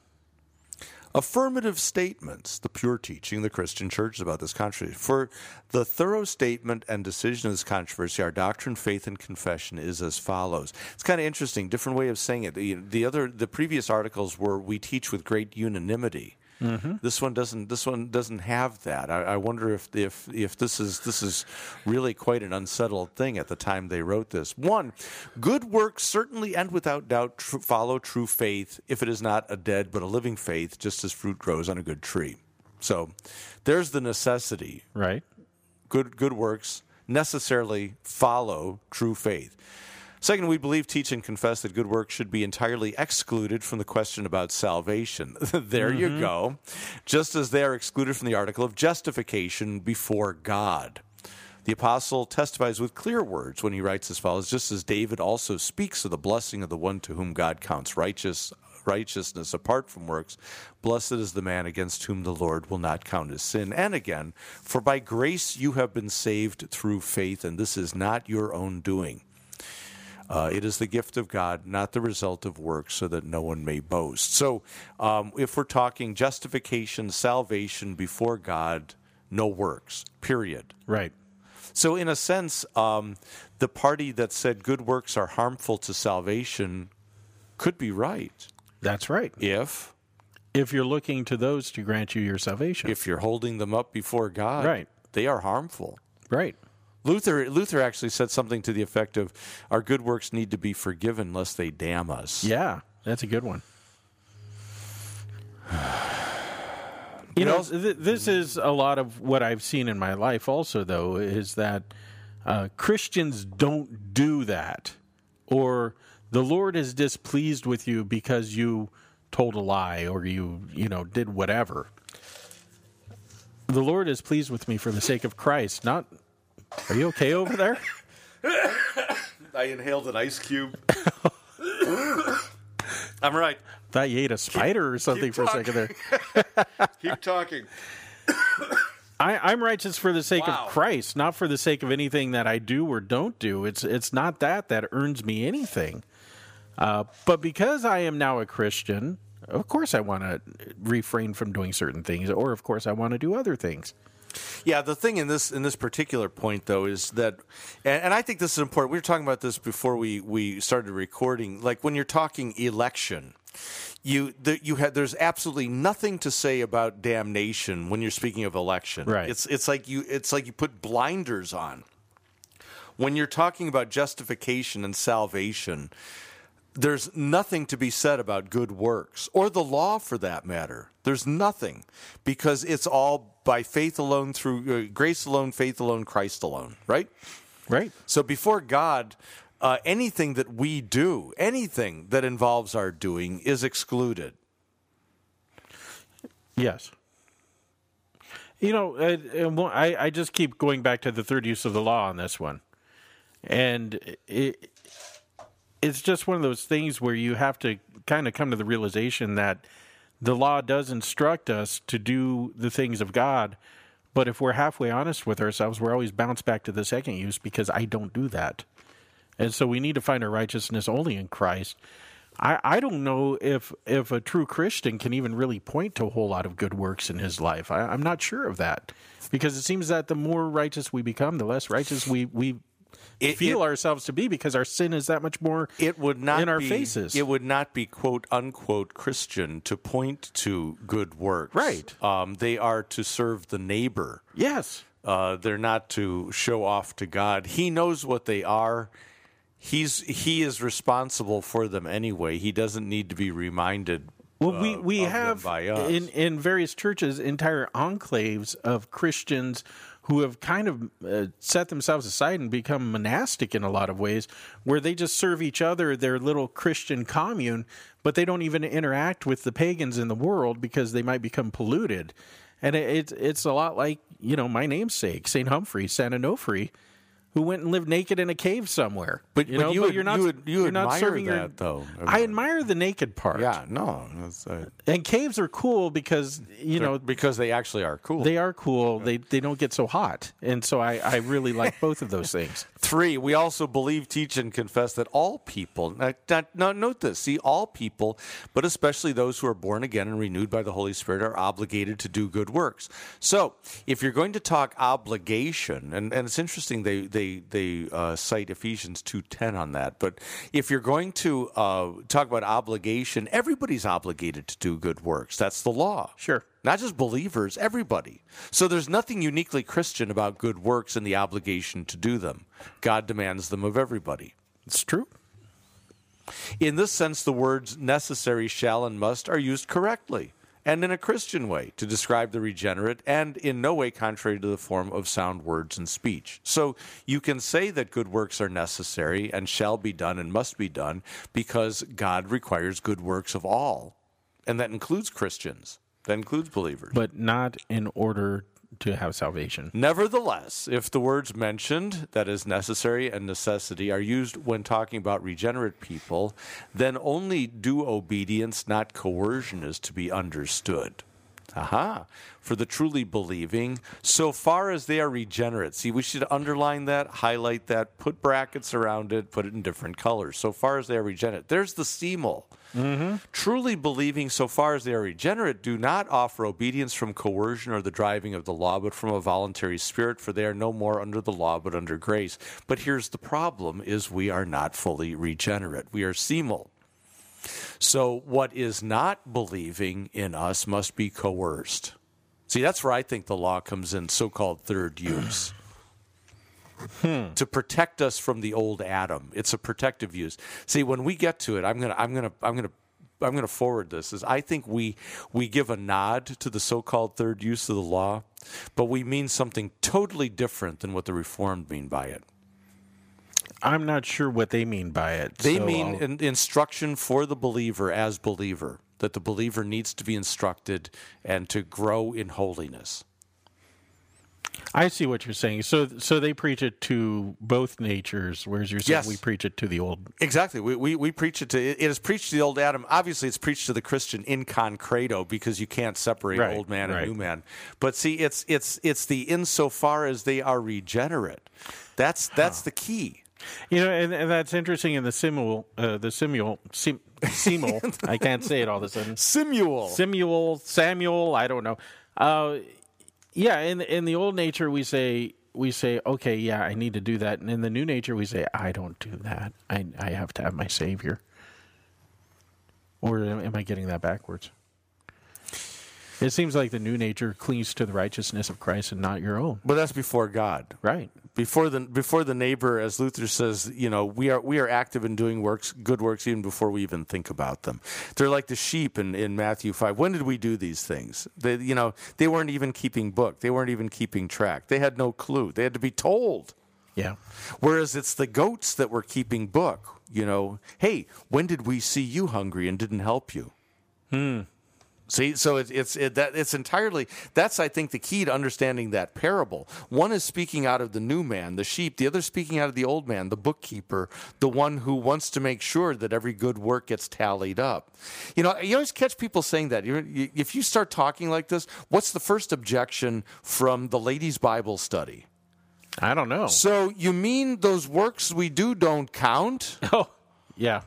[SPEAKER 2] affirmative statements, the pure teaching of the Christian church is about this controversy. For the thorough statement and decision of this controversy, our doctrine, faith, and confession is as follows. It's kind of interesting, different way of saying it. The, the other, the previous articles were we teach with great unanimity. This one doesn't. This one doesn't have that. I, I wonder if if if this is this is really quite an unsettled thing at the time they wrote this. One, good works certainly and without doubt tr- follow true faith if it is not a dead but a living faith, just as fruit grows on a good tree. So, there's the necessity
[SPEAKER 1] Right.
[SPEAKER 2] good good works necessarily follow true faith. Second, we believe, teach, and confess that good works should be entirely excluded from the question about salvation. there you go. Just as they are excluded from the article of justification before God. The apostle testifies with clear words when he writes as follows just as David also speaks of the blessing of the one to whom God counts righteous righteousness apart from works blessed is the man against whom the Lord will not count his sin and again for by grace you have been saved through faith and this is not your own doing uh, it is the gift of God, not the result of works, so that no one may boast. So, um, if we're talking justification, salvation before God, no works, period.
[SPEAKER 1] Right.
[SPEAKER 2] So, in a sense, um, the party that said good works are harmful to salvation could be right
[SPEAKER 1] That's right.
[SPEAKER 2] if
[SPEAKER 1] if you're looking to those to grant you your salvation.
[SPEAKER 2] If you're holding them up before God,
[SPEAKER 1] Right.
[SPEAKER 2] they are harmful.
[SPEAKER 1] Right.
[SPEAKER 2] Luther Luther actually said something to the effect of our good works need to be forgiven lest they damn us.
[SPEAKER 1] Yeah, that's a good one. You know, th- this is a lot of what I've seen in my life, also, though, is that uh, Christians don't do that. Or the Lord is displeased with you because you told a lie or you, you know, did whatever. The Lord is pleased with me for the sake of Christ, not. Are you okay over there?
[SPEAKER 2] I inhaled an ice cube. I'm right.
[SPEAKER 1] Thought you ate a spider or something for a second there.
[SPEAKER 7] Keep talking.
[SPEAKER 1] I, I'm righteous for the sake
[SPEAKER 7] Wow.
[SPEAKER 1] of Christ, not for the sake of anything that I do or don't do. It's it's not that that earns me anything. Uh, but because I am now a Christian, of course I want to refrain from doing certain things, or of course I want to do other things.
[SPEAKER 2] Yeah, the thing in this in this particular point though is that, and, and I think this is important. We were talking about this before we we started recording. Like when you're talking election, you the, you had there's absolutely nothing to say about damnation when you're speaking of election.
[SPEAKER 1] Right.
[SPEAKER 2] It's it's like you it's like you put blinders on. When you're talking about justification and salvation, there's nothing to be said about good works or the law for that matter. There's nothing because it's all by faith alone, through uh, grace alone, faith alone, Christ alone, right?
[SPEAKER 1] Right.
[SPEAKER 2] So before God, uh, anything that we do, anything that involves our doing, is excluded.
[SPEAKER 1] Yes. You know, uh, and one- I, I just keep going back to the third use of the law on this one. And it, it's just one of those things where you have to kind of come to the realization that the law does instruct us to do the things of God. But if we're halfway honest with ourselves, we're always bounced back to the second use because I don't do that. And so we need to find our righteousness only in Christ. I, I don't know if if a true Christian can even really point to a whole lot of good works in his life. I, I'm not sure of that because it seems that the more righteous we become, the less righteous we we
[SPEAKER 2] It-
[SPEAKER 1] feel
[SPEAKER 2] it-
[SPEAKER 1] ourselves to be because our sin is that much more
[SPEAKER 2] It would not
[SPEAKER 1] in our
[SPEAKER 2] be,
[SPEAKER 1] faces.
[SPEAKER 2] It would not be quote unquote Christian to point to good works.
[SPEAKER 1] Right.
[SPEAKER 2] Um, they are to serve the neighbor.
[SPEAKER 1] yes,
[SPEAKER 2] Uh, they're not to show off to God. He knows what they are. He's he is responsible for them anyway. He doesn't need to be reminded.
[SPEAKER 1] Well, we,
[SPEAKER 2] uh,
[SPEAKER 1] we
[SPEAKER 2] of them
[SPEAKER 1] have
[SPEAKER 2] by us.
[SPEAKER 1] in in various churches entire enclaves of Christians who have kind of uh, set themselves aside and become monastic in a lot of ways, where they just serve each other their little Christian commune, but they don't even interact with the pagans in the world because they might become polluted. And it, it's it's a lot like you know my namesake Saint Humphrey Saint Onofre, who went and lived naked in a cave somewhere.
[SPEAKER 2] But-
[SPEAKER 1] you
[SPEAKER 2] but
[SPEAKER 1] know,
[SPEAKER 2] you
[SPEAKER 1] but
[SPEAKER 2] ad-
[SPEAKER 1] you're not
[SPEAKER 2] you ad- you
[SPEAKER 1] are not
[SPEAKER 2] admire
[SPEAKER 1] serving your-
[SPEAKER 2] that, though.
[SPEAKER 1] I admire the naked part.
[SPEAKER 2] yeah, no, that's, uh,
[SPEAKER 1] And caves are cool because you know
[SPEAKER 2] because they actually are cool.
[SPEAKER 1] they are cool. They they don't get so hot, and so I I really like both of those things.
[SPEAKER 2] Three, we also believe, teach, and confess that all people, now, now- now note this, see, all people, but especially those who are born again and renewed by the Holy Spirit, are obligated to do good works. So, if you're going to talk obligation, and, and it's interesting they, they, they uh, cite Ephesians 2.10 on that, but if you're going to uh, talk about obligation, everybody's obligated to do good works. That's the law.
[SPEAKER 1] Sure.
[SPEAKER 2] Not just believers, everybody. So there's nothing uniquely Christian about good works and the obligation to do them. God demands them of everybody.
[SPEAKER 1] It's true.
[SPEAKER 2] In this sense, the words necessary, shall, and must are used correctly and in a Christian way to describe the regenerate and in no way contrary to the form of sound words and speech. So you can say that good works are necessary and shall be done and must be done because God requires good works of all. And that includes Christians, that includes believers.
[SPEAKER 1] But not in order to have salvation.
[SPEAKER 2] Nevertheless, if the words mentioned, that is necessary and necessity, are used when talking about regenerate people, then only due obedience, not coercion, is to be understood. Aha. For the truly believing, so far as they are regenerate. See, we should underline that, highlight that, put brackets around it, put it in different colors. So far as they are regenerate. There's the CMOL. Truly believing, so far as they are regenerate, do not offer obedience from coercion or the driving of the law, but from a voluntary spirit, for they are no more under the law, but under grace. But here's the problem: is we are not fully regenerate. We are semel. So what is not believing in us must be coerced. See, that's where I think the law comes in, so called third use. To protect us from the old Adam. It's a protective use. See, when we get to it, I'm gonna I'm gonna I'm gonna I'm gonna forward this is I think we we give a nod to the so called third use of the law, but we mean something totally different than what the reformed mean by it.
[SPEAKER 1] I'm not sure what they mean by it.
[SPEAKER 2] They
[SPEAKER 1] so uh,
[SPEAKER 2] mean
[SPEAKER 1] I'll-
[SPEAKER 2] in, instruction for the believer as believer, that the believer needs to be instructed and to grow in holiness.
[SPEAKER 1] I see what you're saying. So, so they preach it to both natures, whereas you're saying
[SPEAKER 2] Yes.
[SPEAKER 1] we preach it to the old.
[SPEAKER 2] Exactly. We, we, we preach it to, it is preached to the old Adam. Obviously, it's preached to the Christian in concreto because you can't separate
[SPEAKER 1] Right,
[SPEAKER 2] old man and
[SPEAKER 1] right.
[SPEAKER 2] new man. But see, it's, it's, it's the insofar as they are regenerate. That's, that's the key.
[SPEAKER 1] You know, and, and that's interesting. In the Simuel, uh, the Simuel, Sim, Simuel. I can't say it all of a sudden.
[SPEAKER 2] Simuel.
[SPEAKER 1] Simuel, Samuel. I don't know. Uh, yeah, in in the old nature, we say we say, okay, yeah, I need to do that, and in the new nature, we say, I don't do that. I I have to have my Savior. Or am am I getting that backwards? It seems like the new nature clings to the righteousness of Christ and not your own.
[SPEAKER 2] But that's before God.
[SPEAKER 1] Right.
[SPEAKER 2] Before the before the neighbor, as Luther says, you know, we are we are active in doing works, good works, even before we even think about them. They're like the sheep in, in Matthew five. When did we do these things? They, you know, they weren't even keeping book. They weren't even keeping track. They had no clue. They had to be told.
[SPEAKER 1] Yeah.
[SPEAKER 2] Whereas it's the goats that were keeping book. You know, hey, when did we see you hungry and didn't help you? See, so it, it's it, that it's entirely that's I think the key to understanding that parable. One is speaking out of the new man, the sheep. The other is speaking out of the old man, the bookkeeper, the one who wants to make sure that every good work gets tallied up. You know, you always catch people saying that. You- you- If you start talking like this, what's the first objection from the ladies' Bible study?
[SPEAKER 1] I don't know.
[SPEAKER 2] So you mean those works we do don't count?
[SPEAKER 1] Oh, yeah.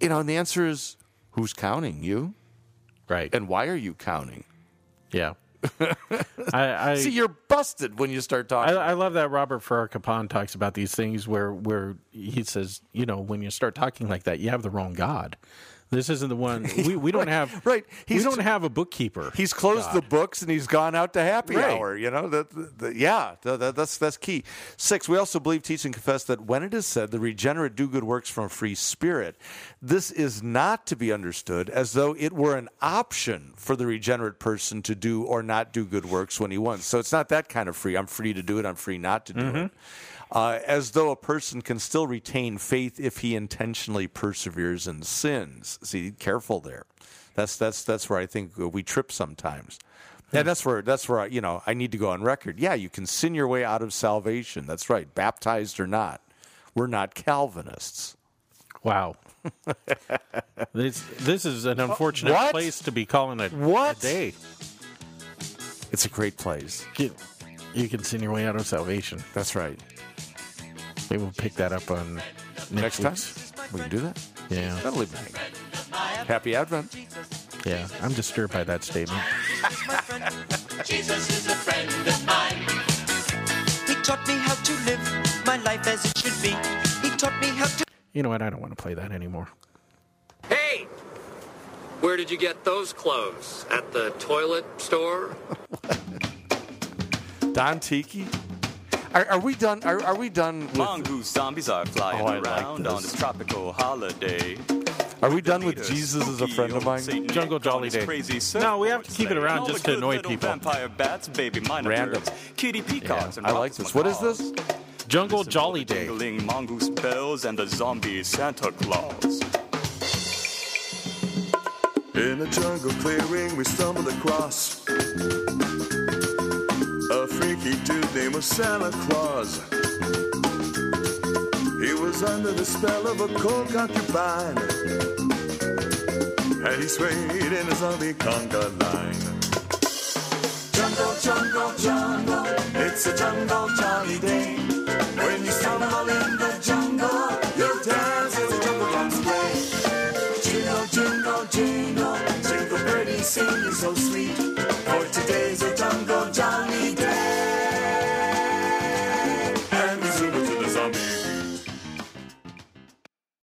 [SPEAKER 2] You know, and the answer is, who's counting you,
[SPEAKER 1] Right.
[SPEAKER 2] and why are you counting?
[SPEAKER 1] yeah. I, I
[SPEAKER 2] See, you're busted when you start talking.
[SPEAKER 1] I, I love that Robert Farrar Capon talks about these things where where he says, you know, when you start talking like that, you have the wrong God. This isn't the one we, we don't have.
[SPEAKER 2] right.
[SPEAKER 1] we
[SPEAKER 2] He's-
[SPEAKER 1] don't have a bookkeeper.
[SPEAKER 2] He's closed the books and he's gone out to happy
[SPEAKER 1] Right.
[SPEAKER 2] hour. You know, that, that- that- yeah, that, that- that's that's key. Six. We also believe, teach, and confess that when it is said, "The regenerate do good works from a free spirit," this is not to be understood as though it were an option for the regenerate person to do or not do good works when he wants. So it's not that kind of free. I'm free to do it. I'm free not to do it. Uh, as though a person can still retain faith if he intentionally perseveres in sins. See, careful there. That's that's that's where I think uh, we trip sometimes. And that's where that's where I, you know I need to go on record. Yeah, you can sin your way out of salvation. That's right, baptized or not, we're not Calvinists.
[SPEAKER 1] wow. this this is an unfortunate
[SPEAKER 2] What?
[SPEAKER 1] place to be calling it
[SPEAKER 2] What?
[SPEAKER 1] a day.
[SPEAKER 2] It's a great place.
[SPEAKER 1] You, you can sin your way out of salvation.
[SPEAKER 2] That's right.
[SPEAKER 1] Maybe we'll pick that up on next,
[SPEAKER 2] Next time
[SPEAKER 1] week's-
[SPEAKER 2] we can do that.
[SPEAKER 1] Yeah,
[SPEAKER 2] That'll be bang. Happy Advent.
[SPEAKER 1] yeah. I'm disturbed by that statement.
[SPEAKER 10] Jesus is a friend of mine. He taught me how to live my life as it should be. He taught me how to.
[SPEAKER 1] You know what? I don't want to play that anymore.
[SPEAKER 11] Hey! Where did you get those clothes? At the toilet store?
[SPEAKER 2] Don Tiki. Are, are we done? Are, are we done with?
[SPEAKER 12] Mongoose zombies are flying
[SPEAKER 2] Oh, I like
[SPEAKER 12] around on
[SPEAKER 2] this.
[SPEAKER 12] this tropical holiday.
[SPEAKER 2] Are we done with Jesus as a friend of mine?
[SPEAKER 1] Jungle Jolly Day.
[SPEAKER 12] Crazy
[SPEAKER 1] No, we
[SPEAKER 12] surfboard
[SPEAKER 1] have to keep it
[SPEAKER 12] sleigh,
[SPEAKER 1] around
[SPEAKER 12] all
[SPEAKER 1] just
[SPEAKER 12] the
[SPEAKER 1] to
[SPEAKER 12] good
[SPEAKER 1] annoy
[SPEAKER 12] little
[SPEAKER 1] people.
[SPEAKER 12] Vampire bats, baby minor
[SPEAKER 1] Random.
[SPEAKER 12] birds, kitty peacocks, and
[SPEAKER 2] I like this. What is this?
[SPEAKER 1] Jungle Jolly Day.
[SPEAKER 12] Jingling mongoose bells and the zombie Santa Claus.
[SPEAKER 7] In a jungle clearing, we stumbled across a freaky dude named was Santa Claus. He was under the spell of a cold concubine, and he swayed in his zombie conga line. Jungle, jungle, jungle, it's a jungle jolly day. When you stumble in the jungle, you'll dance as the jungle drums play. Jingle, jingle, jingle, jingle birdie sing is so sweet. For today's a jungle.